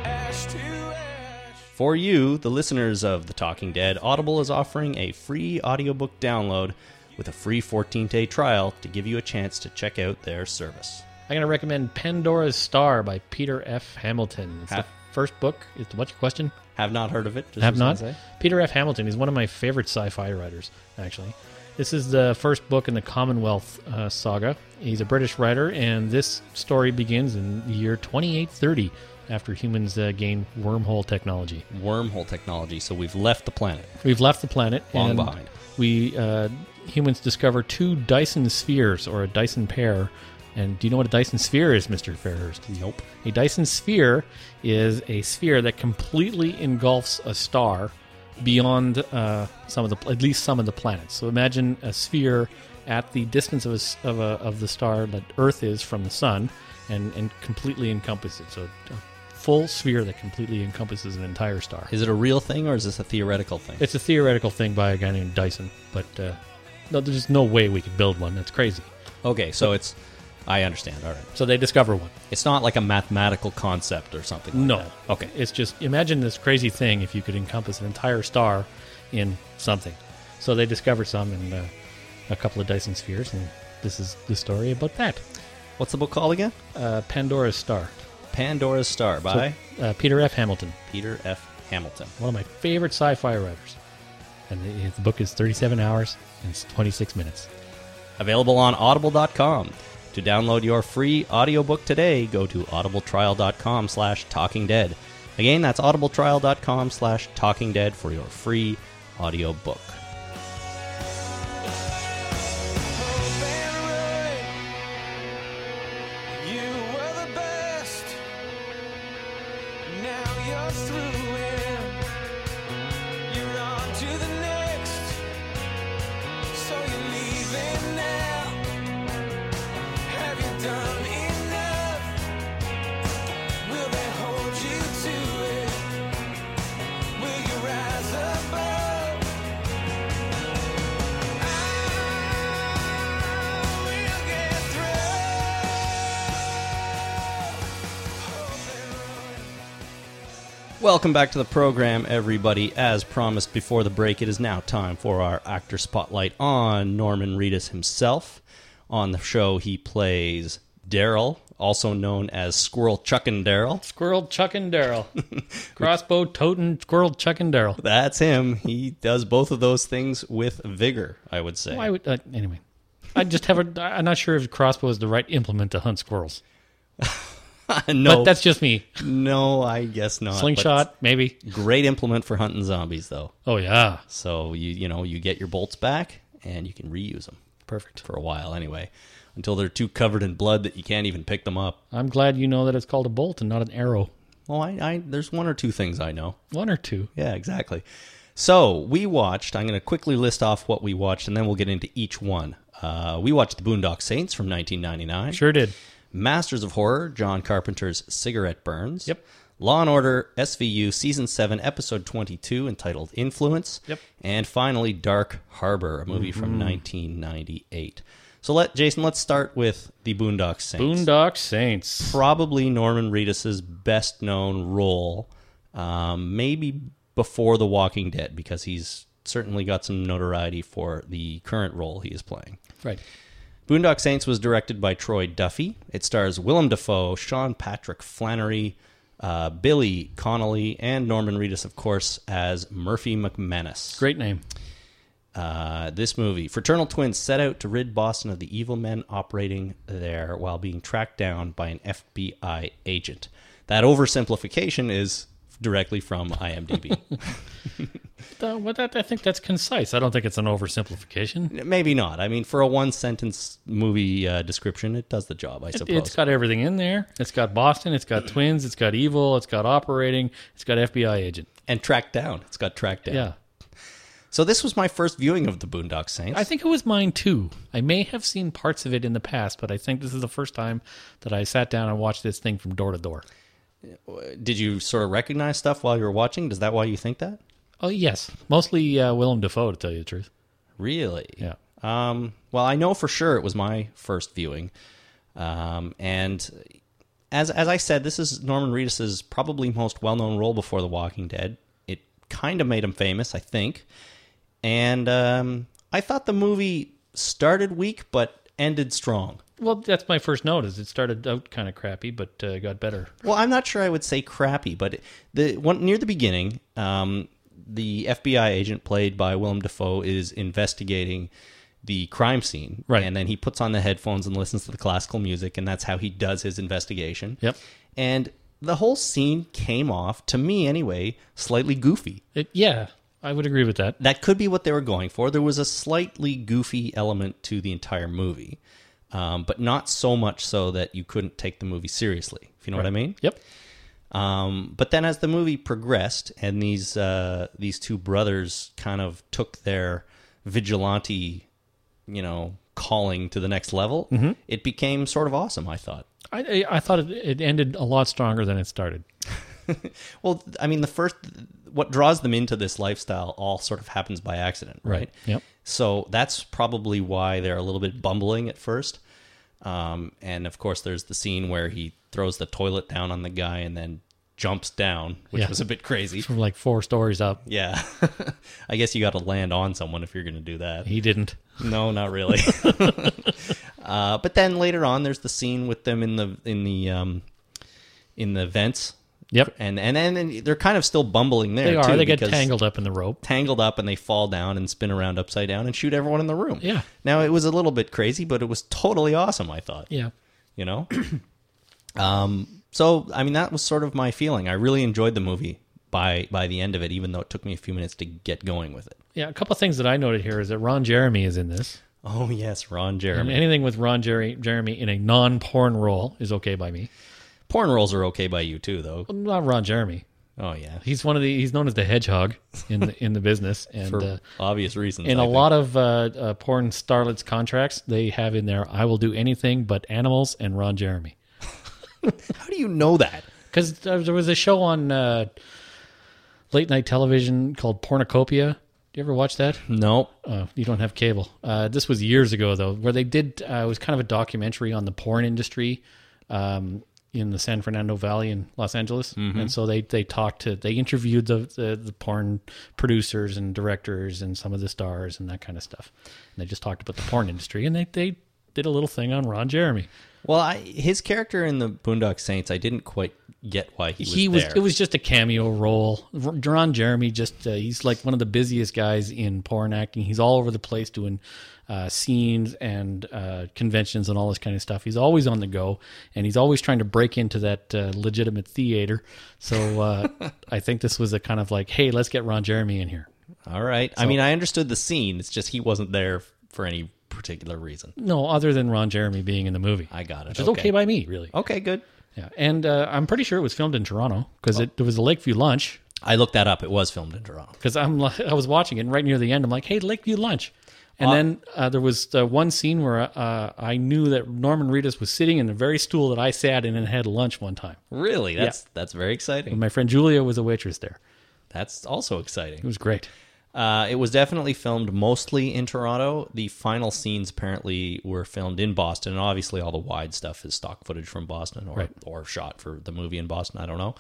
S3: ash to ash.
S1: For you, the listeners of The Talking Dead, Audible is offering a free audiobook download with a free 14 day trial to give you a chance to check out their service.
S2: I'm going to recommend Pandora's Star by Peter F. Hamilton. It's
S1: Ha-
S2: the first book. It's what's your question?
S1: Have not heard of it? just
S2: Have
S1: was gonna
S2: not.
S1: say.
S2: Peter F. Hamilton. He's one of my favorite sci-fi writers, actually. This is the first book in the Commonwealth uh, saga. He's a British writer, and this story begins in the year 2830 after humans uh, gain wormhole technology.
S1: Wormhole technology, so we've left the planet.
S2: We've left the planet.
S1: Long
S2: and
S1: behind.
S2: We uh, humans discover two Dyson spheres or a Dyson pair. And do you know what a Dyson sphere is, Mr. Fairhurst?
S1: Nope.
S2: A Dyson sphere is a sphere that completely engulfs a star beyond uh, some of the at least some of the planets. So imagine a sphere at the distance of a s of, a, of the star that Earth is from the sun, and and completely encompasses it. So a full sphere that completely encompasses an entire star.
S1: Is it a real thing or is this a theoretical thing?
S2: It's a theoretical thing by a guy named Dyson, but uh, no, there's no way we could build one. That's crazy.
S1: Okay, so it's. I understand. All right.
S2: So they discover one.
S1: It's not like a mathematical concept or something. Like
S2: No.
S1: That.
S2: Okay. It's just imagine this crazy thing if you could encompass an entire star in something. So they discover some in uh, a couple of Dyson spheres, and this is the story about that.
S1: What's the book called again?
S2: Uh, Pandora's Star.
S1: Pandora's Star
S2: So,
S1: by
S2: uh, Peter F. Hamilton,
S1: Peter F. Hamilton.
S2: one of my favorite sci fi writers. And the, the book is 37 hours and it's 26 minutes.
S1: Available on audible.com. To download your free audiobook today, go to audibletrial.com slash talking dead. Again, that's audibletrial.com slash talking dead for your free audiobook.
S3: Hope
S1: Welcome back to the program, everybody. As promised before the break, it is now time for our actor spotlight on Norman Reedus himself. On the show, he plays Daryl, also known as Squirrel Chuckin' Daryl.
S2: Squirrel Chuck and Daryl. Crossbow toting Squirrel Chuck and Daryl.
S1: That's him. He does both of those things with vigor, I would say.
S2: Why would uh, anyway? I just have a. I'm not sure if crossbow is the right implement to hunt squirrels,
S1: no,
S2: but that's just me.
S1: no, I guess not. but
S2: Slingshot, maybe.
S1: it's a Great implement for hunting zombies, though.
S2: Oh yeah,
S1: So you you know you get your bolts back and you can reuse them
S2: perfect.
S1: for a while anyway, until they're too covered in blood that you can't even pick them up.
S2: I'm glad you know that it's called a bolt and not an arrow.
S1: Well, I, I there's one or two things I know.
S2: One or two.
S1: Yeah, exactly. So we watched. I'm going to quickly list off what we watched, and then we'll get into each one. Uh, we watched The Boondock Saints from 1999.
S2: Sure did.
S1: Masters of Horror, John Carpenter's Cigarette Burns.
S2: Yep.
S1: Law and Order SVU Season 7, Episode 22, entitled Influence.
S2: Yep. Mm-hmm.
S1: And finally, Dark Harbor, a movie from 1998. So, let Jason, let's start with The Boondock Saints.
S2: Boondock Saints.
S1: Probably Norman Reedus's best known role, um, maybe before The Walking Dead, because he's certainly got some notoriety for the current role he is playing.
S2: Right.
S1: Boondock Saints was directed by Troy Duffy. It stars Willem Dafoe, Sean Patrick Flannery, uh, Billy Connolly, and Norman Reedus, of course, as Murphy McManus.
S2: Great name.
S1: Uh, this movie, fraternal twins set out to rid Boston of the evil men operating there while being tracked down by an FBI agent. That oversimplification is directly from IMDb.
S2: Uh, well, that, I think that's concise. I don't think it's an oversimplification.
S1: Maybe not. I mean, for a one sentence movie uh, description, it does the job, I suppose.
S2: It's got everything in there. It's got Boston. It's got twins. It's got evil. It's got operating. It's got FBI agent.
S1: and tracked down. It's got tracked down.
S2: Yeah.
S1: So this was my first viewing of the Boondock Saints.
S2: I think it was mine too. I may have seen parts of it in the past, but I think this is the first time that I sat down and watched this thing from door to door.
S1: Did you sort of recognize stuff while you were watching? Does that why you think that?
S2: Oh yes, mostly uh, Willem Dafoe, to tell you the truth.
S1: Really?
S2: Yeah.
S1: Um, well, I know for sure it was my first viewing, um, and as as I said, this is Norman Reedus's probably most well known role before The Walking Dead. It kind of made him famous, I think. And um, I thought the movie started weak but ended strong.
S2: Well, that's my first note. Is it started out kind of crappy, but uh, got better.
S1: Well, I'm not sure I would say crappy, but the one near the beginning, um, the FBI agent played by Willem Dafoe is investigating the crime scene,
S2: Right.
S1: And then he puts on the headphones and listens to the classical music, and that's how he does his investigation.
S2: Yep.
S1: And the whole scene came off to me anyway, slightly goofy.
S2: It, yeah, I would agree with that.
S1: That could be what they were going for. There was a slightly goofy element to the entire movie, um, but not so much so that you couldn't take the movie seriously. If you know what I mean?
S2: Yep.
S1: Um, but then as the movie progressed and these uh, these two brothers kind of took their vigilante, you know, calling to the next level, it became sort of awesome. I thought.
S2: I I, I thought it, it ended a lot stronger than it started.
S1: Well, I mean, the first what draws them into this lifestyle all sort of happens by accident, right?
S2: Yep.
S1: So that's probably why they're a little bit bumbling at first. Um, and of course, there's the scene where he throws the toilet down on the guy and then jumps down, which
S2: Yeah.
S1: was a bit crazy.
S2: From like four stories up,
S1: Yeah. I guess you got to land on someone if you're going to do that.
S2: he didn't.
S1: No, not really. uh, but then later on there's the scene with them in the in the um in the vents
S2: Yep.
S1: and and then they're kind of still bumbling there
S2: They are.
S1: too
S2: They get
S1: because-
S2: tangled up in the rope.
S1: tangled up and they fall down and spin around upside down and shoot everyone in the room.
S2: Yeah.
S1: Now it was a little bit crazy, but it was totally awesome, I thought
S2: Yeah.
S1: you know um so i mean that was sort of my feeling i really enjoyed the movie by by the end of it even though it took me a few minutes to get going with it
S2: Yeah. A couple of things that I noted here is that Ron Jeremy is in this.
S1: oh yes ron
S2: And
S1: jeremy
S2: anything with Ron Jerry, Jeremy in a non porn role is okay by me.
S1: porn rolls are okay by you too though
S2: Not Ron Jeremy.
S1: oh yeah
S2: He's one of the. He's known as the hedgehog in the in the business, and
S1: for
S2: uh,
S1: obvious reasons
S2: in
S1: I
S2: a
S1: think.
S2: lot of uh, uh, porn starlets contracts, they have in there, "I will do anything but animals" and Ron Jeremy.
S1: how do you know that
S2: Because there was a show on uh, late night television called Pornocopia. Do you ever watch that?
S1: no
S2: Oh, you don't have cable. Uh, this was years ago though, where they did. Uh, it was kind of a documentary on the porn industry, um, in the San Fernando Valley in Los Angeles, and so they they talked to they interviewed the, the the porn producers and directors and some of the stars and that kind of stuff. And they just talked about the porn industry, and they they did a little thing on Ron Jeremy.
S1: Well, I, his character in the Boondock Saints, I didn't quite get why he was
S2: he was
S1: there.
S2: it was just a cameo role. R- Ron Jeremy just uh, he's like one of the busiest guys in porn acting. He's all over the place doing uh, scenes and uh, conventions and all this kind of stuff. He's always on the go and he's always trying to break into that uh, legitimate theater. So uh, I think this was a kind of like, hey, let's get Ron Jeremy in here.
S1: All right. I mean, I understood the scene. It's just he wasn't there f- for any particular reason.
S2: No, other than Ron Jeremy being in the movie,
S1: I got it.
S2: which is okay, by me, really.
S1: Okay, Oh. good.
S2: Yeah, and uh, I'm pretty sure it was filmed in Toronto because
S1: Oh.
S2: it, it was a Lakeview lunch.
S1: I looked that up. It was filmed in Toronto.
S2: because I'm like, I was watching it and right near the end. I'm like, hey, Lakeview lunch. And then uh, there was uh, one scene where uh, I knew that Norman Reedus was sitting in the very stool that I sat in and had lunch one time.
S1: Really? That's that's very exciting.
S2: My friend Julia was a waitress there.
S1: That's also
S2: It
S1: exciting.
S2: was great.
S1: Uh, it was definitely filmed mostly in Toronto. The final scenes apparently were filmed in Boston, and obviously all the wide stuff is stock footage from Boston or or shot for the movie in Boston. I don't know,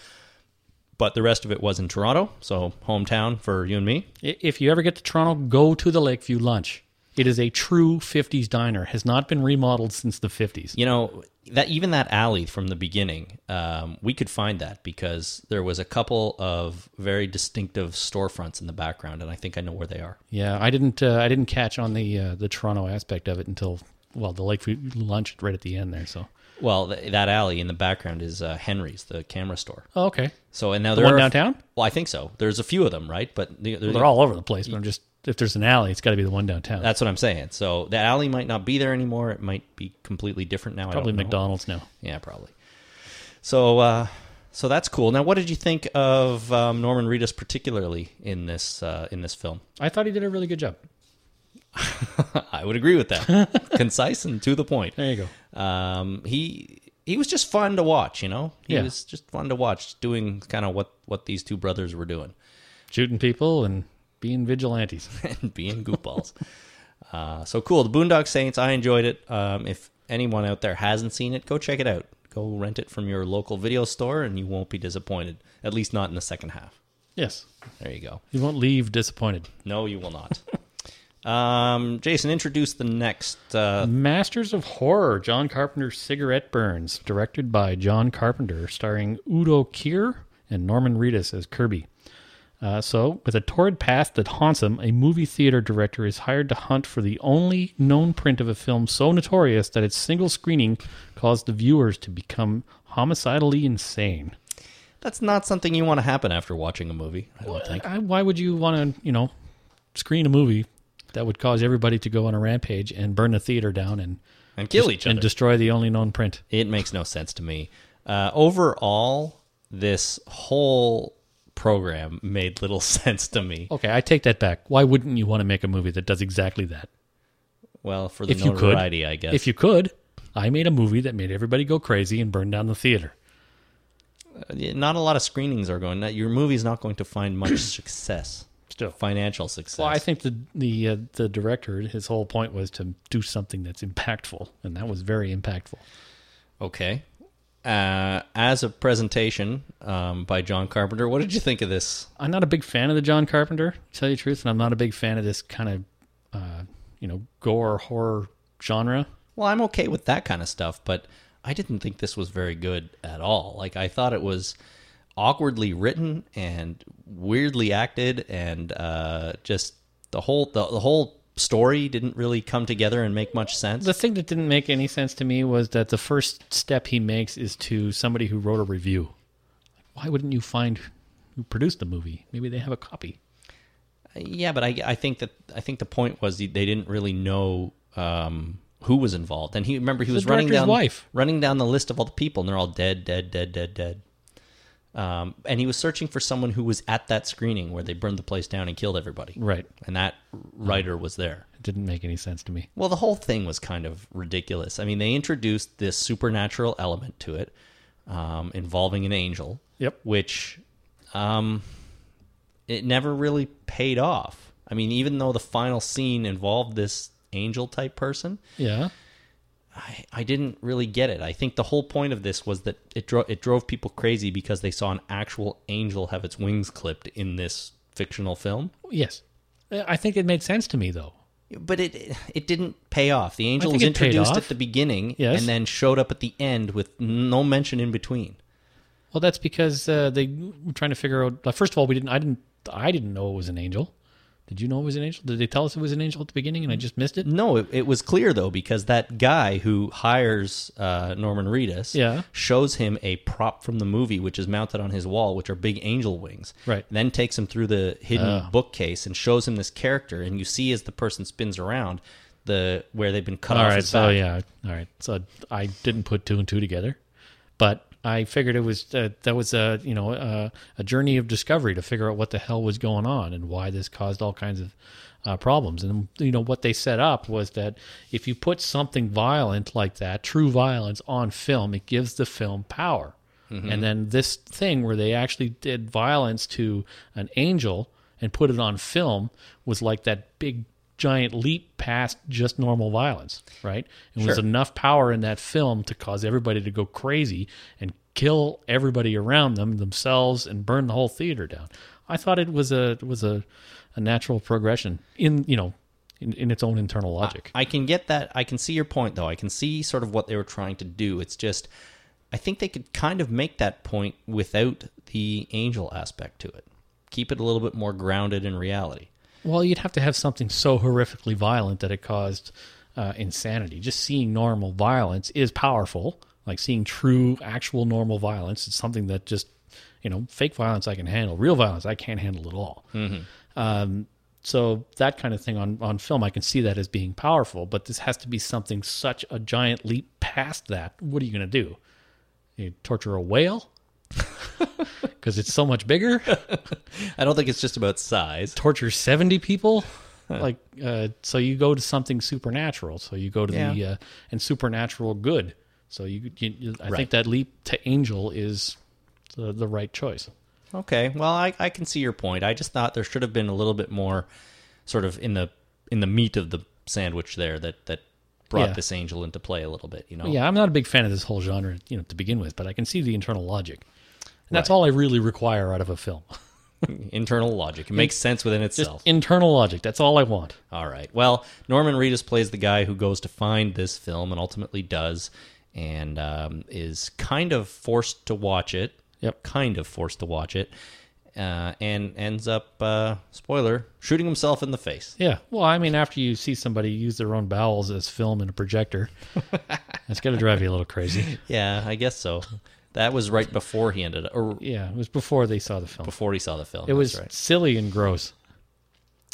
S1: but the rest of it was in Toronto, so hometown for you and me.
S2: I- If you ever get to Toronto, go to the Lakeview lunch. It is a true 50s diner. Has not been remodeled since the 50s.
S1: You know that even that alley from the beginning, um, we could find that because there was a couple of very distinctive storefronts in the background, and I think I know where they are.
S2: Yeah, I didn't. Uh, I didn't catch on the uh, the Toronto aspect of it until well, the Lakeview lunch right at the end there. So
S1: Well, th- that alley in the background is uh, Henry's, the camera store.
S2: oh, okay,
S1: So and now
S2: the
S1: there
S2: one
S1: are,
S2: downtown.
S1: Well, I think so. There's a few of them, right? But the,
S2: Well, they're all over the place, but I'm just if there's an alley, it's got to be the one downtown.
S1: That's what I'm saying. So the alley might not be there anymore. It might be completely different now.
S2: probably
S1: I don't know.
S2: McDonald's now.
S1: Yeah, probably. So, uh, so that's cool. Now, what did you think of um, Norman Reedus particularly in this uh, in this film?
S2: I thought he did a really good job.
S1: I would agree with that. Concise and to the point.
S2: There you go.
S1: Um, he he was just fun to watch. You know, he
S2: Yeah.
S1: was just fun to watch, doing kind of what what these two brothers were doing.
S2: Shooting people and being vigilantes.
S1: and being goofballs. uh, so cool. The Boondock Saints. I enjoyed it. Um, if anyone out there hasn't seen it, go check it out. Go rent it from your local video store, and you won't be disappointed. At least not in the second half.
S2: yes.
S1: There you go.
S2: You won't leave disappointed.
S1: No, you will not. um, Jason, introduce the next. Uh,
S2: Masters of Horror, John Carpenter's Cigarette Burns, directed by John Carpenter, starring Udo Kier and Norman Reedus as Kirby. Uh, so, with a torrid past that haunts him, a movie theater director is hired to hunt for the only known print of a film so notorious that its single screening caused the viewers to become homicidally insane.
S1: that's not something you want to happen after watching a movie. I don't think.
S2: I, why would you want to, you know, screen a movie that would cause everybody to go on a rampage and burn the theater down and
S1: And kill each other.
S2: and destroy the only known print?
S1: It makes no sense to me. Uh, overall, this whole program made little sense to me.
S2: Okay, I take that back. Why wouldn't you want to make a movie that does exactly that?
S1: Well, for the
S2: If you could.
S1: notoriety, I guess.
S2: If you could, I made a movie that made everybody go crazy and burn down the theater.
S1: not a lot of screenings are going. Your movie's not going to find much success,
S2: Still.
S1: financial success.
S2: Well, I think the the uh, the director, his whole point was to do something that's impactful, and that was very impactful.
S1: okay. Uh, as a presentation um, by John Carpenter, what did you think of this?
S2: I'm not a big fan of the John Carpenter, to tell you the truth, and I'm not a big fan of this kind of, uh, you know, gore horror genre.
S1: Well, I'm okay with that kind of stuff, but I didn't think this was very good at all. Like I thought it was awkwardly written and weirdly acted, and uh, just the whole the, the whole story didn't really come together and make much sense.
S2: The thing that didn't make any sense to me was that the first step he makes is to somebody who wrote a review. Why wouldn't you find who produced the movie? Maybe they have a copy.
S1: Yeah, but I, I think that I think the point was they they didn't really know um, who was involved, and he remember he was running
S2: director's
S1: down
S2: wife.
S1: running down the list of all the people, and they're all dead, dead, dead, dead, dead. Um, and he was searching for someone who was at that screening where they burned the place down and killed everybody,
S2: Right.
S1: and that writer was there.
S2: It didn't make any sense to me.
S1: Well, the whole thing was kind of ridiculous. I mean, they introduced this supernatural element to it um, involving an angel,
S2: Yep.
S1: which um, it never really paid off. I mean, even though the final scene involved this angel type person,
S2: Yeah.
S1: I, I didn't really get it. I think the whole point of this was that it drove it drove people crazy because they saw an actual angel have its wings clipped in this fictional film.
S2: Yes, Uh, I think it made sense to me though.
S1: But it it didn't pay off. The angel
S2: think
S1: was
S2: it paid
S1: introduced
S2: off.
S1: at the beginning
S2: Yes.
S1: and then showed up at the end with no mention in between.
S2: Well, that's because uh, they were trying to figure out. First of all, we didn't. I didn't. I didn't know it was an angel. Did you know it was an angel? Did they tell us it was an angel at the beginning and I just missed it?
S1: No, it, it was clear though because that guy who hires uh, Norman Reedus
S2: Yeah.
S1: shows him a prop from the movie, which is mounted on his wall, which are big angel wings.
S2: Right. Oh.
S1: Then takes him through the hidden bookcase and shows him this character, and you see as the person spins around the where they've been cut
S2: All
S1: off.
S2: right.
S1: his
S2: So
S1: back.
S2: yeah. All right. So I didn't put two and two together, but I figured it was uh, that was a you know uh, a journey of discovery to figure out what the hell was going on and why this caused all kinds of uh, problems. And you know what they set up was that if you put something violent like that, true violence on film, it gives the film power.
S1: Mm-hmm.
S2: And then this thing where they actually did violence to an angel and put it on film was like that big giant leap past just normal violence, right? It was
S1: Sure.
S2: enough power in that film to cause everybody to go crazy and kill everybody around them themselves and burn the whole theater down. I thought it was a was a, a natural progression in you know in, in its own internal logic.
S1: I can get that. I can see your point, though. I can see sort of what they were trying to do. It's just, I think they could kind of make that point without the angel aspect to it. Keep it a little bit more grounded in reality.
S2: Well, you'd have to have something so horrifically violent that it caused uh, insanity. Just seeing normal violence is powerful. Like seeing true, actual normal violence is something that just, you know, fake violence I can handle. Real violence I can't handle at all. Um, so that kind of thing on on film, I can see that as being powerful. But this has to be something such a giant leap past that. What are you going to do? You torture a whale because it's so much bigger.
S1: I don't think it's just about size.
S2: torture 70 people like uh, so you go to something supernatural so you go to the
S1: Yeah.
S2: uh, and supernatural good so you, you, you i think that leap to angel is the, the right choice
S1: Okay. Well, I, I can see your point. I just thought there should have been a little bit more sort of in the in the meat of the sandwich there that that brought
S2: Yeah.
S1: this angel into play a little bit, you know.
S2: yeah i'm not a big fan of this whole genre you know to begin with but i can see the internal logic and that's all i really require out of a film
S1: Internal logic. It makes sense within
S2: just
S1: itself.
S2: internal logic that's all i want
S1: All right. Well, Norman Reedus plays the guy who goes to find this film and ultimately does and um, is kind of forced to watch it.
S2: Yep.
S1: Kind of forced to watch it. Uh, and ends up, uh, spoiler, shooting himself in the face.
S2: yeah well i mean after you see somebody use their own bowels as film in a projector that's got to drive you a little crazy
S1: Yeah, I guess so. That was right before he ended up, or
S2: yeah it was before they saw the film
S1: before he saw the film.
S2: It was
S1: That's right.
S2: silly and gross.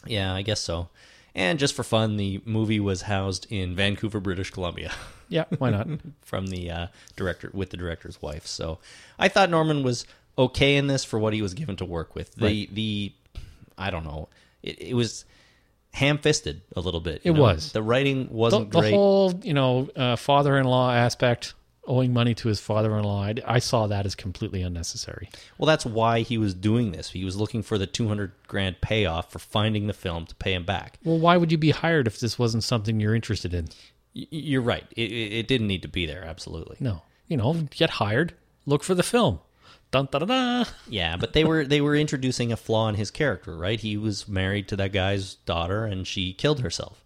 S1: Yeah, I guess so. And just for fun, the movie was housed in Vancouver, British Columbia,
S2: Yeah, why not?
S1: from the uh, director with the director's wife. So I thought Norman was okay in this for what he was given to work with. The the I don't know. It, it was ham fisted a little bit. you
S2: It
S1: know?
S2: was.
S1: The writing
S2: the,
S1: wasn't
S2: the
S1: great.
S2: whole, you know, uh, father-in-law aspect, owing money to his father-in-law, I, I saw that as completely unnecessary.
S1: Well, that's why he was doing this. He was looking for the two hundred grand payoff for finding the film to pay him back.
S2: Well, why would you be hired if this wasn't something you're interested in?
S1: Y- y- You're right. It, it it didn't need to be there. Absolutely.
S2: No, you know, get hired, look for the film. Dun da da da.
S1: Yeah, but they were they were introducing a flaw in his character, right? He was married to that guy's daughter, and she killed herself,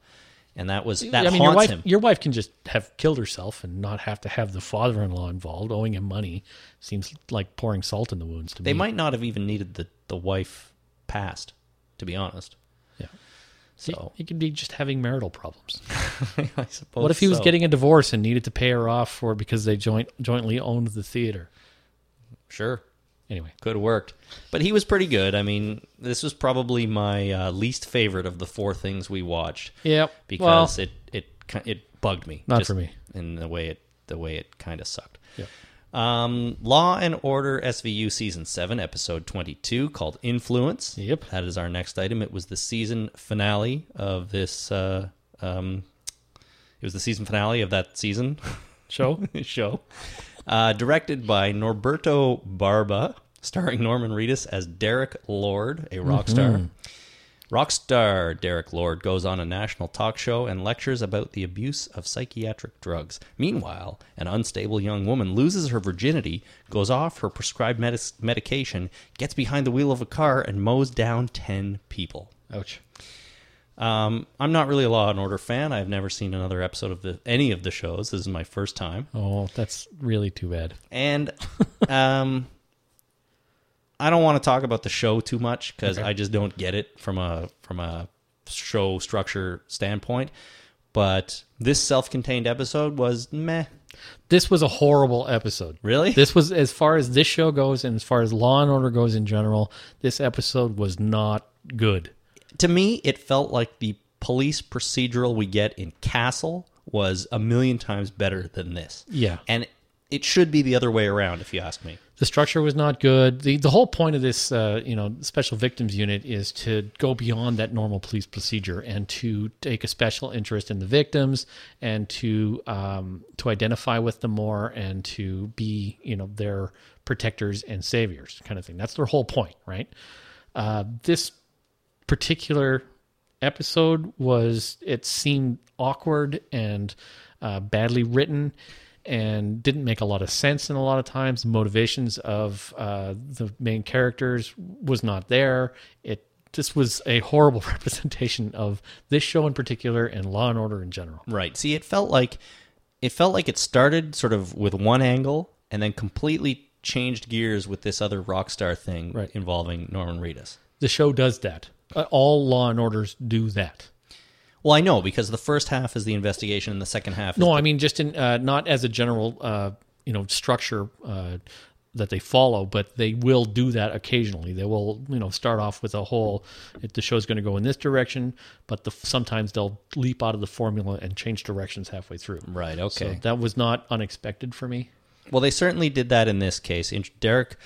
S1: and that was that
S2: I
S1: haunts
S2: mean, your wife,
S1: him.
S2: your wife can just have killed herself and not have to have the father-in-law involved, owing him money. Seems like pouring salt in the wounds to
S1: They
S2: me.
S1: might not have even needed the the wife past, to be honest.
S2: Yeah.
S1: So
S2: He could be just having marital problems.
S1: I suppose.
S2: What if he was
S1: so.
S2: getting a divorce and needed to pay her off for because they joint jointly owned the theater?
S1: sure?
S2: Anyway,
S1: Could have worked, but he was pretty good. I mean, this was probably my uh, least favorite of the four things we watched.
S2: yeah,
S1: because it it ki- it bugged me.
S2: Not for me.
S1: In the way it the way it kind of sucked.
S2: Yep.
S1: Um, Law and Order SVU season seven episode twenty two called Influence.
S2: Yep.
S1: That is our next item. It was the season finale of this. Uh, um, it was the season finale of that season
S2: show
S1: show, uh, directed by Norberto Barba, starring Norman Reedus as Derek Lord, a rock star. Rock star Derek Lord goes on a national talk show and lectures about the abuse of psychiatric drugs. Meanwhile, an unstable young woman loses her virginity, goes off her prescribed medis medication, gets behind the wheel of a car, and mows down 10 people.
S2: Ouch.
S1: Um, I'm not really a Law and Order fan. I've never seen another episode of the, any of the shows. This is my first time.
S2: Oh, that's really too bad.
S1: And um, I don't want to talk about the show too much because
S2: Okay.
S1: I just don't get it from a from a show structure standpoint. But this self-contained episode was meh.
S2: This was a horrible episode.
S1: Really?
S2: This was as far as this show goes and as far as Law and Order goes in general, this episode was not good.
S1: to me, it felt like the police procedural we get in Castle was a million times better than this.
S2: Yeah.
S1: and it should be the other way around, if you ask me.
S2: the structure was not good. The the whole point of this, uh, you know, special victims unit is to go beyond that normal police procedure and to take a special interest in the victims and to um, to identify with them more and to be, you know, their protectors and saviors, kind of thing. That's their whole point, right? Uh, this particular episode was it seemed awkward and uh, badly written and didn't make a lot of sense in a lot of times the motivations of uh, the main characters was not there it this was a horrible representation of this show in particular and law and order in general
S1: Right. See, it felt like it felt like it started sort of with one angle and then completely changed gears with this other rock star thing
S2: Right.
S1: involving Norman Reedus.
S2: the show does that Uh, all law and orders do that
S1: Well, I know because the first half is the investigation and the second half
S2: No,
S1: is
S2: I mean just in uh, not as a general, uh, you know, structure uh, that they follow, but they will do that occasionally. They will, you know, start off with a whole. If the show's going to go in this direction, but the, sometimes they'll leap out of the formula and change directions halfway through.
S1: right.
S2: So
S1: Okay.
S2: that was not unexpected for me.
S1: Well, they certainly did that in this case. In- Derek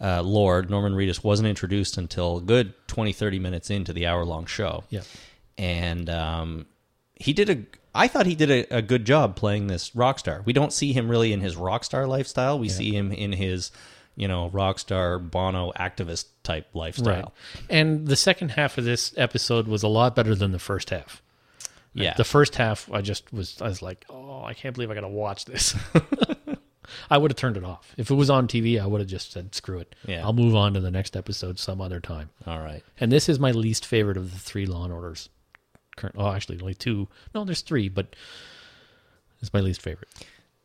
S1: uh, Lord, Norman Reedus wasn't introduced until a good 20, 30 minutes into the hour long show.
S2: Yeah.
S1: And um, he did a, I thought he did a, a good job playing this rock star. We don't see him really in his rock star lifestyle. We see him in his, you know, rock star Bono activist type lifestyle.
S2: And the second half of this episode was a lot better than the first half.
S1: Yeah.
S2: The first half, I just was, I was like, oh, I can't believe I got to watch this. I would have turned it off. If it was on TV, I would have just said, screw it.
S1: Yeah.
S2: I'll move on to the next episode some other time.
S1: All right.
S2: And this is my least favorite of the three Law and Orders. Current, oh, actually, only two. No, there's three, but it's my least favorite.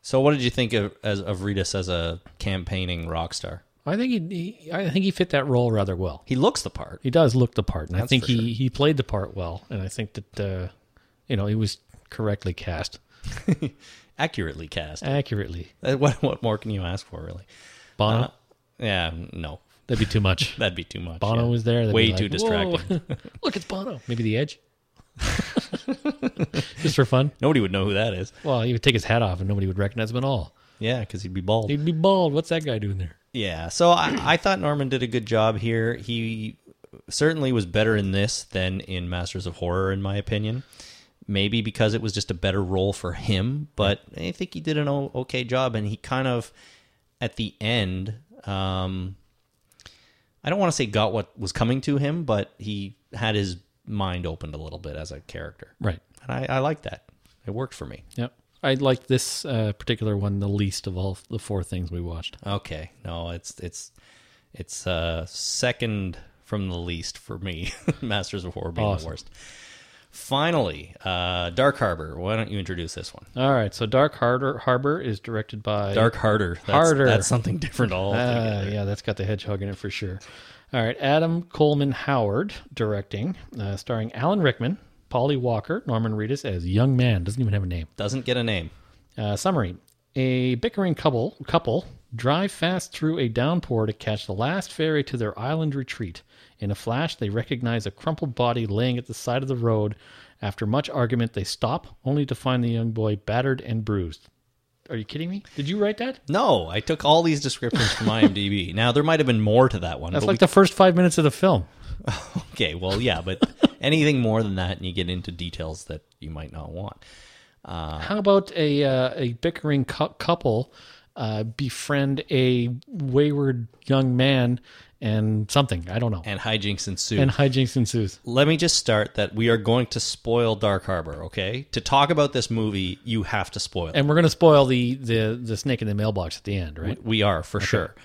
S1: So, what did you think of, as, of Reedus as a campaigning rock star?
S2: I think he, he, I think he fit that role rather well.
S1: He looks the part.
S2: He does look the part, and I
S1: That's
S2: think
S1: for
S2: he
S1: sure.
S2: he played the part well, and I think that uh, you know he was correctly cast,
S1: Accurately cast.
S2: accurately.
S1: Uh, What, what more can you ask for, really?
S2: Bono,
S1: Uh, Yeah, no.
S2: that'd be too much.
S1: That'd be too much.
S2: Bono
S1: yeah.
S2: was there. that'd
S1: Way
S2: be like,
S1: too distracting.
S2: "Whoa, Look, it's Bono. Maybe the Edge. Just for fun.
S1: Nobody would know who that is.
S2: Well, he would take his hat off and nobody would recognize him at all.
S1: Yeah, because he'd be bald.
S2: He'd be bald. What's that guy doing there?
S1: yeah. So I, I thought Norman did a good job here. He certainly was better in this than in Masters of Horror, in my opinion. Maybe because it was just a better role for him, but I think he did an o- okay job. And he kind of, at the end, um, I don't want to say got what was coming to him, but he had his mind opened a little bit as a character.
S2: Right.
S1: And I, I like that. It worked for me.
S2: Yep. I liked this uh, particular one the least of all the four things we watched.
S1: Okay. No, it's it's it's uh second from the least for me. Masters of Horror being
S2: Awesome.
S1: the worst. Finally, uh Dark Harbor. Why don't you introduce this one?
S2: All right. So Dark Harbor, Harbor is directed by
S1: Dark Harder. That's,
S2: Harder.
S1: That's something different altogether.
S2: Uh, yeah, that's got the hedgehog in it for sure. All right, Adam Coleman Howard directing, uh, starring Alan Rickman, Polly Walker, Norman Reedus as young man doesn't even have a name.
S1: Doesn't get a name.
S2: Uh, summary: A bickering couple couple drive fast through a downpour to catch the last ferry to their island retreat. In a flash, they recognize a crumpled body laying at the side of the road. After much argument, they stop, only to find the young boy battered and bruised. Are you kidding me? Did you write that?
S1: No, I took all these descriptions from IMDb. now there might have been more to that one.
S2: That's
S1: but
S2: like the first five minutes of the film.
S1: we- okay, well, yeah, but anything more than that, and you get into details that you might not want.
S2: How about a uh, a bickering cou- couple uh, befriend a wayward young man and something. I don't know.
S1: and hijinks ensue.
S2: And hijinks ensues.
S1: Let me just start that we are going to spoil Dark Harbor, okay? To talk about this movie, you have to spoil it.
S2: And we're going to spoil the, the, the snake in the mailbox at the end, right?
S1: We are for sure.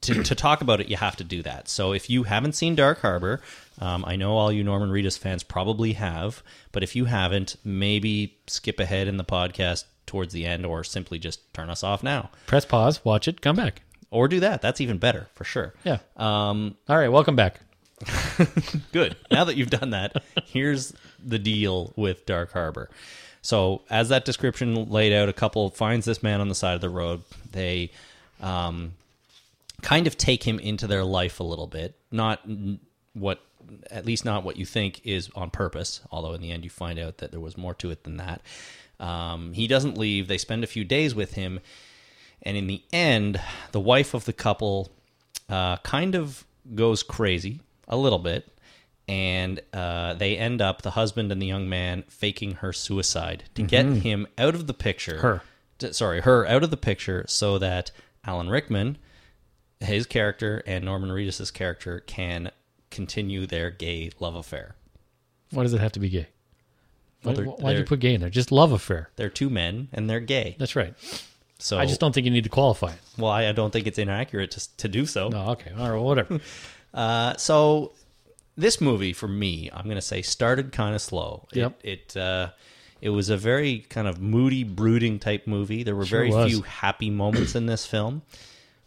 S1: T- To, to talk about it, you have to do that. So if you haven't seen Dark Harbor, um, I know all you Norman Reedus fans probably have, but if you haven't, maybe skip ahead in the podcast towards the end, or simply just turn us off now,
S2: Press pause, watch it, come back.
S1: or do that. That's even better for sure.
S2: Yeah.
S1: Um,
S2: All right, welcome back.
S1: Good. Now that you've done that, here's the deal with Dark Harbor. So, as that description laid out, a couple finds this man on the side of the road. They um, kind of take him into their life a little bit. Not n- what, at least not what you think is on purpose, although in the end you find out that there was more to it than that. Um, he doesn't leave. They spend a few days with him. And in the end, the wife of the couple uh, kind of goes crazy a little bit. And uh, they end up, the husband and the young man, faking her suicide to get him out of the picture.
S2: Her.
S1: T- sorry, her out of the picture so that Alan Rickman, his character, and Norman Reedus' character can continue their gay love affair.
S2: Why does it have to be gay? Why,
S1: they're-
S2: why do you
S1: they're-
S2: put gay in there? Just love affair.
S1: They're two men and they're gay.
S2: That's right.
S1: So
S2: I just don't think you need to qualify it.
S1: Well, I I don't think it's inaccurate to, to do so.
S2: No, Oh, okay. All right, whatever.
S1: Uh, so this movie for me, I'm gonna say started kind of slow.
S2: Yep.
S1: It it, uh, it was a very kind of moody, brooding type movie. There were
S2: Sure
S1: very
S2: was.
S1: few happy moments in this film,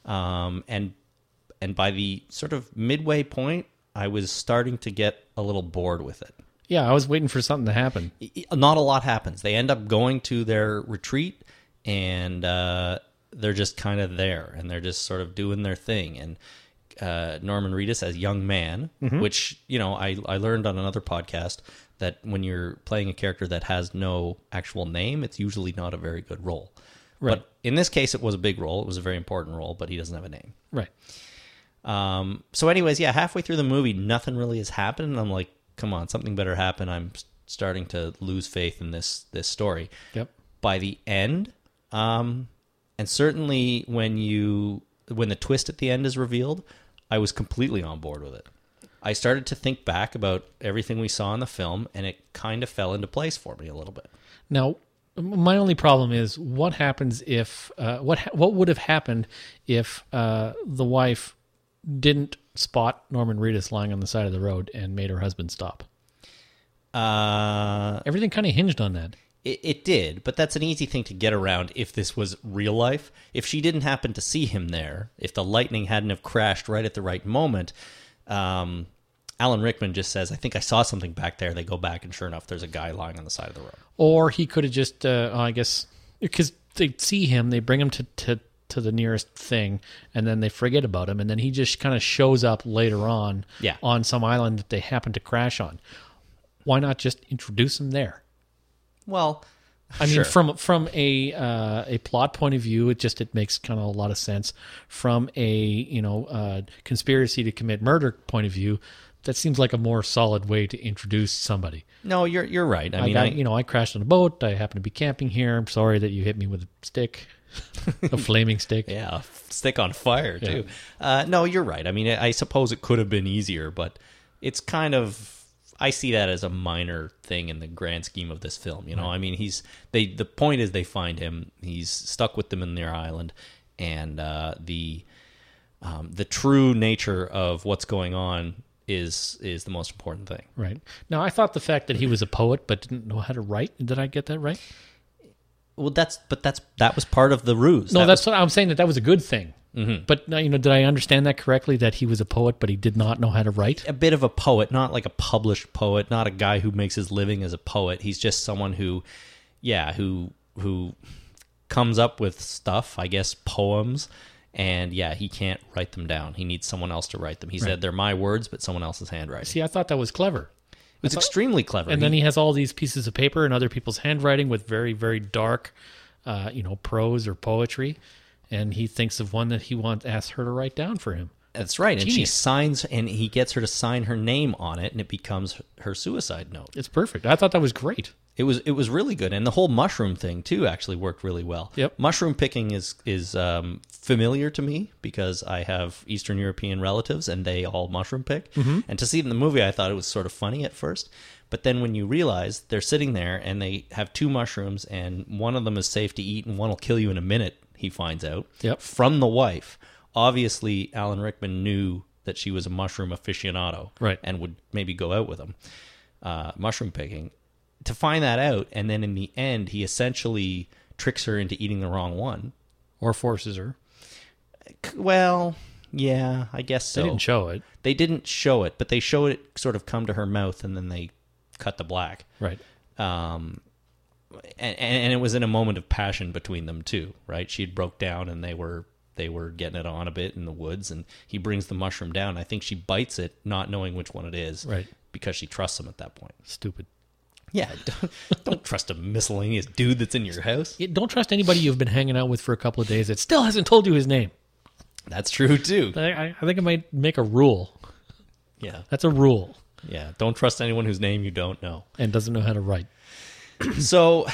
S1: um, and and by the sort of midway point, I was starting to get a little bored with it.
S2: yeah, I was waiting for something to happen.
S1: I- I- e, Not a lot happens. They end up going to their retreat, and uh, they're just kind of there, and they're just sort of doing their thing. And uh, Norman Reedus as young man, which you know I I learned on another podcast that when you're playing a character that has no actual name, it's usually not a very good role.
S2: Right.
S1: But in this case, it was a big role. It was a very important role, but he doesn't have a name.
S2: Right.
S1: Um, so, anyways, yeah, halfway through the movie, nothing really has happened, and I'm like, come on, something better happen. I'm s- starting to lose faith in this this story.
S2: Yep.
S1: By the end, um, and certainly when you when the twist at the end is revealed, I was completely on board with it. I started to think back about everything we saw in the film, and it kind of fell into place for me a little bit.
S2: Now, m- my only problem is what happens if uh, what ha- what would have happened if uh, the wife didn't spot Norman Reedus lying on the side of the road and made her husband stop.
S1: Uh,
S2: Everything kind of hinged on that.
S1: It, it did, but that's an easy thing to get around if this was real life. If she didn't happen to see him there, if the lightning hadn't have crashed right at the right moment, um, Alan Rickman just says, "I think I saw something back there." They go back, and sure enough, there's a guy lying on the side of the road.
S2: Or he could have just, uh, I guess, because they see him, they bring him to, to, to the nearest thing, and then they forget about him, and then he just kind of shows up later on
S1: Yeah.
S2: on some island that they happen to crash on. Why not just introduce him there?
S1: Well,
S2: I
S1: sure.
S2: mean, from from a uh, a plot point of view, it just it makes kind of a lot of sense. From a you know uh, conspiracy to commit murder point of view, that seems like a more solid way to introduce somebody.
S1: no, you're you're right. I,
S2: I
S1: mean,
S2: got,
S1: I,
S2: you know, I crashed on a boat. I happen to be camping here. I'm sorry that you hit me with a stick, a flaming stick.
S1: Yeah, f- stick on fire too. Uh, no, you're right. I mean, I I suppose it could have been easier, but it's kind of. I see that as a minor thing in the grand scheme of this film. You know, I mean, he's they. The point is, they find him. He's stuck with them in their island, and uh, the um, the true nature of what's going on is is the most important thing.
S2: Right now, I thought the fact that he was a poet but didn't know how to write. Did I get that right?
S1: Well, that's but that's that was part of the ruse.
S2: No,
S1: That
S2: that's what I'm saying. That that was a good thing. But now, you know, did I understand that correctly? That he was a poet, but he did not know how to write.
S1: a bit of a poet, not like a published poet, not a guy who makes his living as a poet. He's just someone who, yeah, who who comes up with stuff, I guess, poems. And yeah, he can't write them down. He needs someone else to write them. He said they're my words, but someone else's handwriting.
S2: See, I thought that was clever.
S1: it was extremely clever.
S2: and then he has all these pieces of paper and other people's handwriting with very very dark uh, you know prose or poetry and he thinks of one that he wants asks her to write down for him
S1: that's right. And she
S2: Genius.
S1: signs, and he gets her to sign her name on it, and it becomes her suicide note.
S2: it's perfect i thought that was great
S1: It was it was really good, and the whole mushroom thing too actually worked really well.
S2: Yep.
S1: Mushroom picking is is um, familiar to me because I have Eastern European relatives, and they all mushroom pick.
S2: Mm-hmm.
S1: And to see it in the movie, I thought it was sort of funny at first, but then when you realize they're sitting there and they have two mushrooms, and one of them is safe to eat, and one will kill you in a minute. He finds out
S2: Yep.
S1: from the wife. Obviously, Alan Rickman knew that she was a mushroom aficionado,
S2: Right.
S1: and would maybe go out with him uh, mushroom picking to find that out and then in the end he essentially tricks her into eating the wrong one
S2: or forces her.
S1: C- well yeah i guess so
S2: They didn't show it.
S1: They didn't show it but they showed it sort of come to her mouth and then they cut the black
S2: Right.
S1: um and, and and it was in a moment of passion between them too right she had broke down and they were they were getting it on a bit in the woods and he brings the mushroom down i think she bites it not knowing which one it is
S2: Right.
S1: because she trusts him at that point
S2: Stupid.
S1: Yeah, don't, don't trust a miscellaneous dude that's in your house.
S2: Yeah, don't trust anybody you've been hanging out with for a couple of days that still hasn't told you his name.
S1: That's true too.
S2: I, I I think I might make a rule.
S1: Yeah,
S2: That's a rule.
S1: yeah. Don't trust anyone whose name you don't know.
S2: And doesn't know how to write.
S1: So,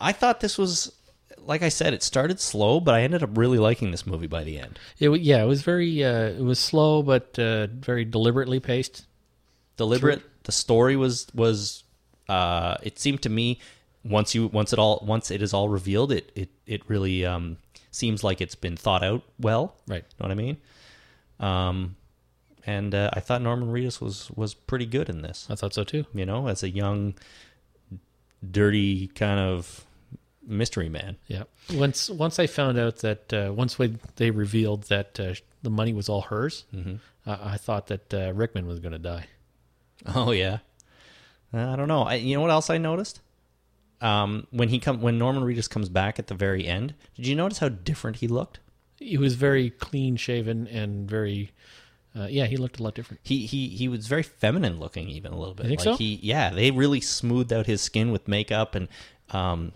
S1: I thought this was, like I said, it started slow, but I ended up really liking this movie by the end.
S2: It, wa- yeah, it was very, uh, it was slow, but uh, very deliberately paced.
S1: Deliberate. The story was was. Uh, it seemed to me once you once it all once it is all revealed, it it it really um, seems like it's been thought out well.
S2: Right.
S1: Know what I mean? Um, and uh, I thought Norman Reedus was was pretty good in this.
S2: I thought so too.
S1: you know, as a young, dirty kind of mystery man.
S2: Yeah. Once once I found out that uh, once we, they revealed that uh, sh- the money was all hers, uh, I thought that uh, Rickman was going to die.
S1: Oh yeah, Uh, I don't know. I, you know what else I noticed? Um, when he come when Norman Reedus comes back at the very end, did you notice how different he looked?
S2: He was very clean shaven and very, uh, yeah, he looked a lot different.
S1: He he he was very feminine looking, even a little bit.
S2: You think
S1: like
S2: so?
S1: he yeah, they really smoothed out his skin with makeup and um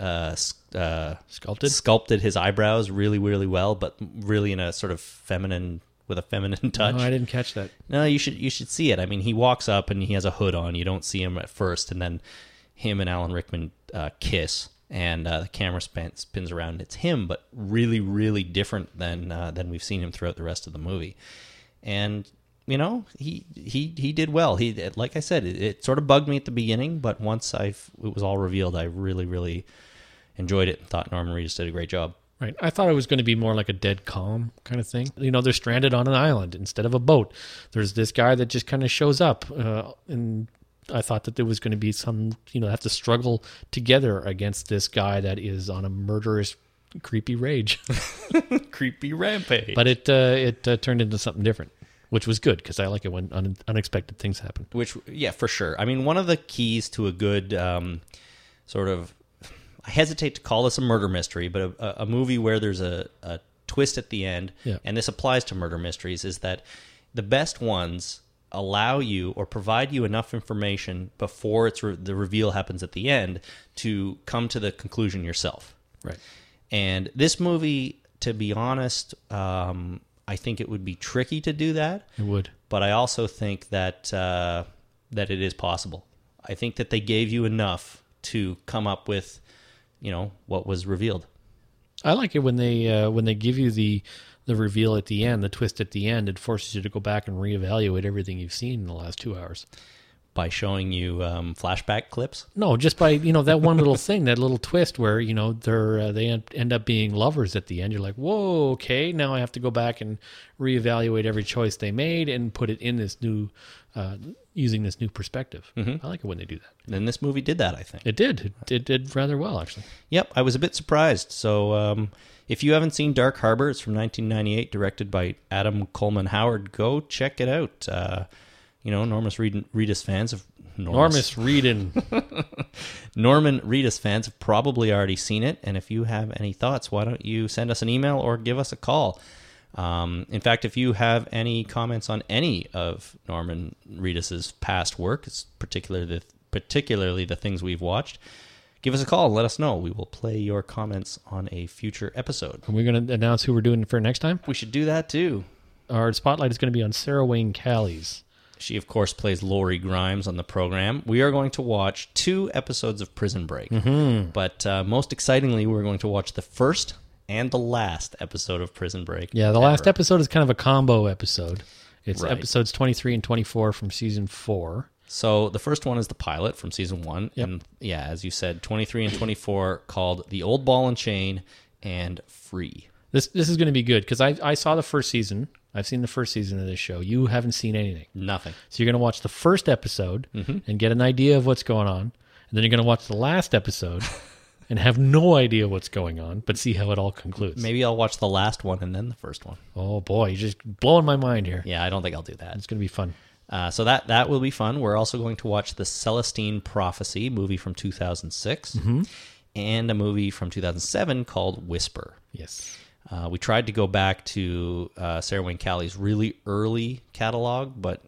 S1: uh s- uh
S2: Sculpted.
S1: sculpted his eyebrows really really well, but really in a sort of feminine with a feminine touch.
S2: No, Oh, I didn't catch that.
S1: No, you should you should see it. I mean, he walks up and he has a hood on. You don't see him at first, and then him and Alan Rickman uh, kiss, and uh, the camera spin, spins around. And it's him, but really, really different than uh, than we've seen him throughout the rest of the movie. And you know, he he he did well. He like I said, it, it sort of bugged me at the beginning, but once I it was all revealed, I really, really enjoyed it and thought Norman Reedus did a great job.
S2: Right. I thought it was going to be more like a dead calm kind of thing. You know, they're stranded on an island instead of a boat. There's this guy that just kind of shows up. Uh, and I thought that there was going to be some, you know, have to struggle together against this guy that is on a murderous, creepy rage.
S1: Creepy rampage.
S2: but it uh, it uh, turned into something different, which was good because I like it when un- unexpected things happen.
S1: which yeah for sure i mean one of the keys to a good um, sort of i hesitate to call this a murder mystery but a, a movie where there's a, a twist at the end
S2: Yeah.
S1: and this applies to murder mysteries is that the best ones allow you or provide you enough information before it's re- the reveal happens at the end to come to the conclusion yourself
S2: Right.
S1: and this movie to be honest um, i think it would be tricky to do that
S2: It would.
S1: but I also think that uh, that it is possible. I think that they gave you enough to come up with, you know, what was revealed.
S2: I like it when they uh, when they give you the the reveal at the end, the twist at the end. It forces you to go back and reevaluate everything you've seen in the last two hours.
S1: By showing you um, flashback clips,
S2: No, just by you know that one little thing, that little twist where you know they're uh, they en- end up being lovers at the end. You're like, whoa, okay, now I have to go back and reevaluate every choice they made and put it in this new uh, using this new perspective. I like it when they do that.
S1: and this movie did that. I think.
S2: It did. It, it did rather well actually.
S1: Yep, I was a bit surprised. So, um, if you haven't seen Dark Harbor, it's from 1998, directed by Adam Coleman Howard. Go check it out. Uh, you know, enormous Reed- Reedus fans of
S2: Normus Reedon.
S1: Norman Reedus fans have probably already seen it, and if you have any thoughts, why don't you send us an email or give us a call? Um, in fact, if you have any comments on any of Norman Reedus's past work, it's particularly the, particularly the things we've watched, give us a call. and Let us know. We will play your comments on a future episode.
S2: We're going to announce who we're doing for next time.
S1: We should do that too.
S2: Our spotlight is going to be on Sarah Wayne Callies.
S1: She, of course, plays Lori Grimes on the program. We are going to watch two episodes of Prison Break.
S2: Mm-hmm.
S1: But uh, most excitingly, we're going to watch the first and the last episode of Prison Break.
S2: Yeah, the last
S1: ever.
S2: episode is kind of a combo episode. It's
S1: Right.
S2: episodes 23 and 24 from season 4.
S1: So the first one is the pilot from season one. And yeah, as you said, 23 and 24 called The Old Ball and Chain and Free.
S2: This this is going to be good cuz I I saw the first season. I've seen the first season of this show. You haven't seen anything.
S1: Nothing.
S2: So you're going to watch the first episode
S1: Mm-hmm.
S2: and get an idea of what's going on, and then you're going to watch the last episode and have no idea what's going on, but see how it all concludes.
S1: Maybe I'll watch the last one and then the first one.
S2: Oh boy, you're just blowing my mind here.
S1: Yeah, I don't think I'll do that.
S2: It's going to be fun.
S1: Uh, so that that will be fun. We're also going to watch the Celestine Prophecy movie from 2006 and a movie from 2007 called Whisper.
S2: Yes.
S1: Uh, we tried to go back to uh, Sarah Wayne Callie's really early catalog, but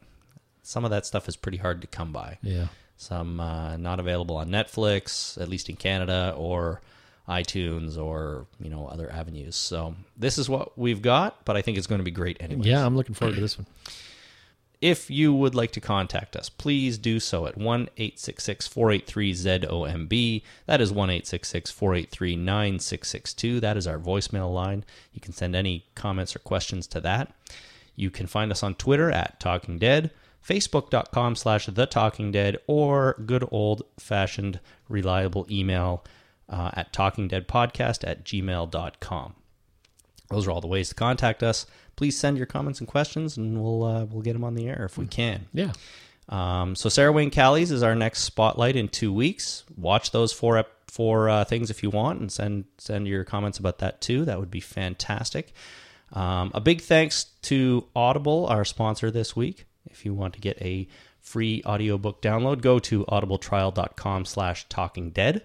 S1: some of that stuff is pretty hard to come by.
S2: Yeah.
S1: Some uh, not available on Netflix, at least in Canada, or iTunes, or you know other avenues. So this is what we've got, but I think it's going to be great anyway.
S2: Yeah, I'm looking forward to this one.
S1: If you would like to contact us, please do so at 1 866 483 ZOMB. That is 1 866 483 9662. That is our voicemail line. You can send any comments or questions to that. You can find us on Twitter at Talking Dead, Facebook.com slash The Talking Dead, or good old fashioned reliable email uh, at talkingdeadpodcast at gmail.com. Those are all the ways to contact us. Please send your comments and questions, and we'll uh, we'll get them on the air if we can.
S2: Yeah.
S1: Um, so Sarah Wayne Callies is our next spotlight in two weeks. Watch those four ep- four uh, things if you want, and send send your comments about that too. That would be fantastic. Um, a big thanks to Audible, our sponsor this week. If you want to get a free audiobook download, go to audibletrial.com slash talking dead.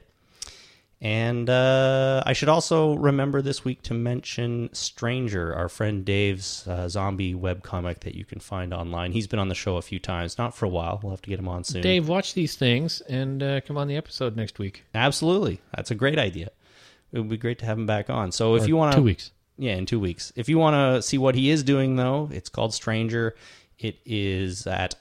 S1: And uh, I should also remember this week to mention Stranger, our friend Dave's uh, zombie webcomic that you can find online. He's been on the show a few times, not for a while. We'll have to get him on soon.
S2: Dave, watch these things and uh, come on the episode next week.
S1: Absolutely. That's a great idea. It would be great to have him back on. So if you want to.
S2: two weeks.
S1: Yeah, in two weeks. If you want to see what he is doing, though, it's called Stranger. It is at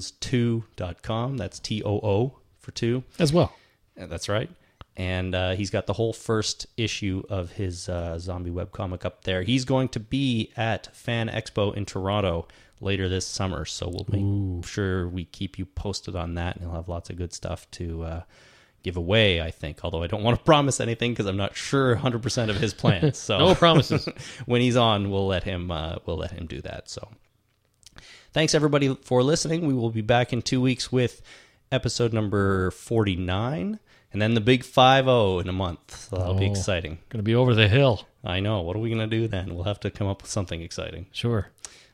S1: iHeartUnicorns2.com. That's T O O for two.
S2: as well.
S1: Yeah, Uh, That's right. And uh, he's got the whole first issue of his uh, zombie webcomic up there. He's going to be at Fan Expo in Toronto later this summer. So we'll make sure we keep you posted on that. And he'll have lots of good stuff to uh, give away, I think. Although I don't want to promise anything because I'm not sure 100% of his plans. So
S2: No promises.
S1: when he's on, we'll let him uh, we'll let him do that. So thanks everybody for listening. We will be back in two weeks with episode number forty nine, and then the big five zero in a month. So that'll be
S2: Oh.
S1: exciting.
S2: Going to be over the hill.
S1: I know. What are we gonna do then? We'll have to come up with something exciting.
S2: Sure.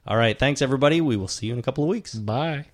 S1: All right. Thanks everybody. We will see you in a couple of weeks.
S2: Bye.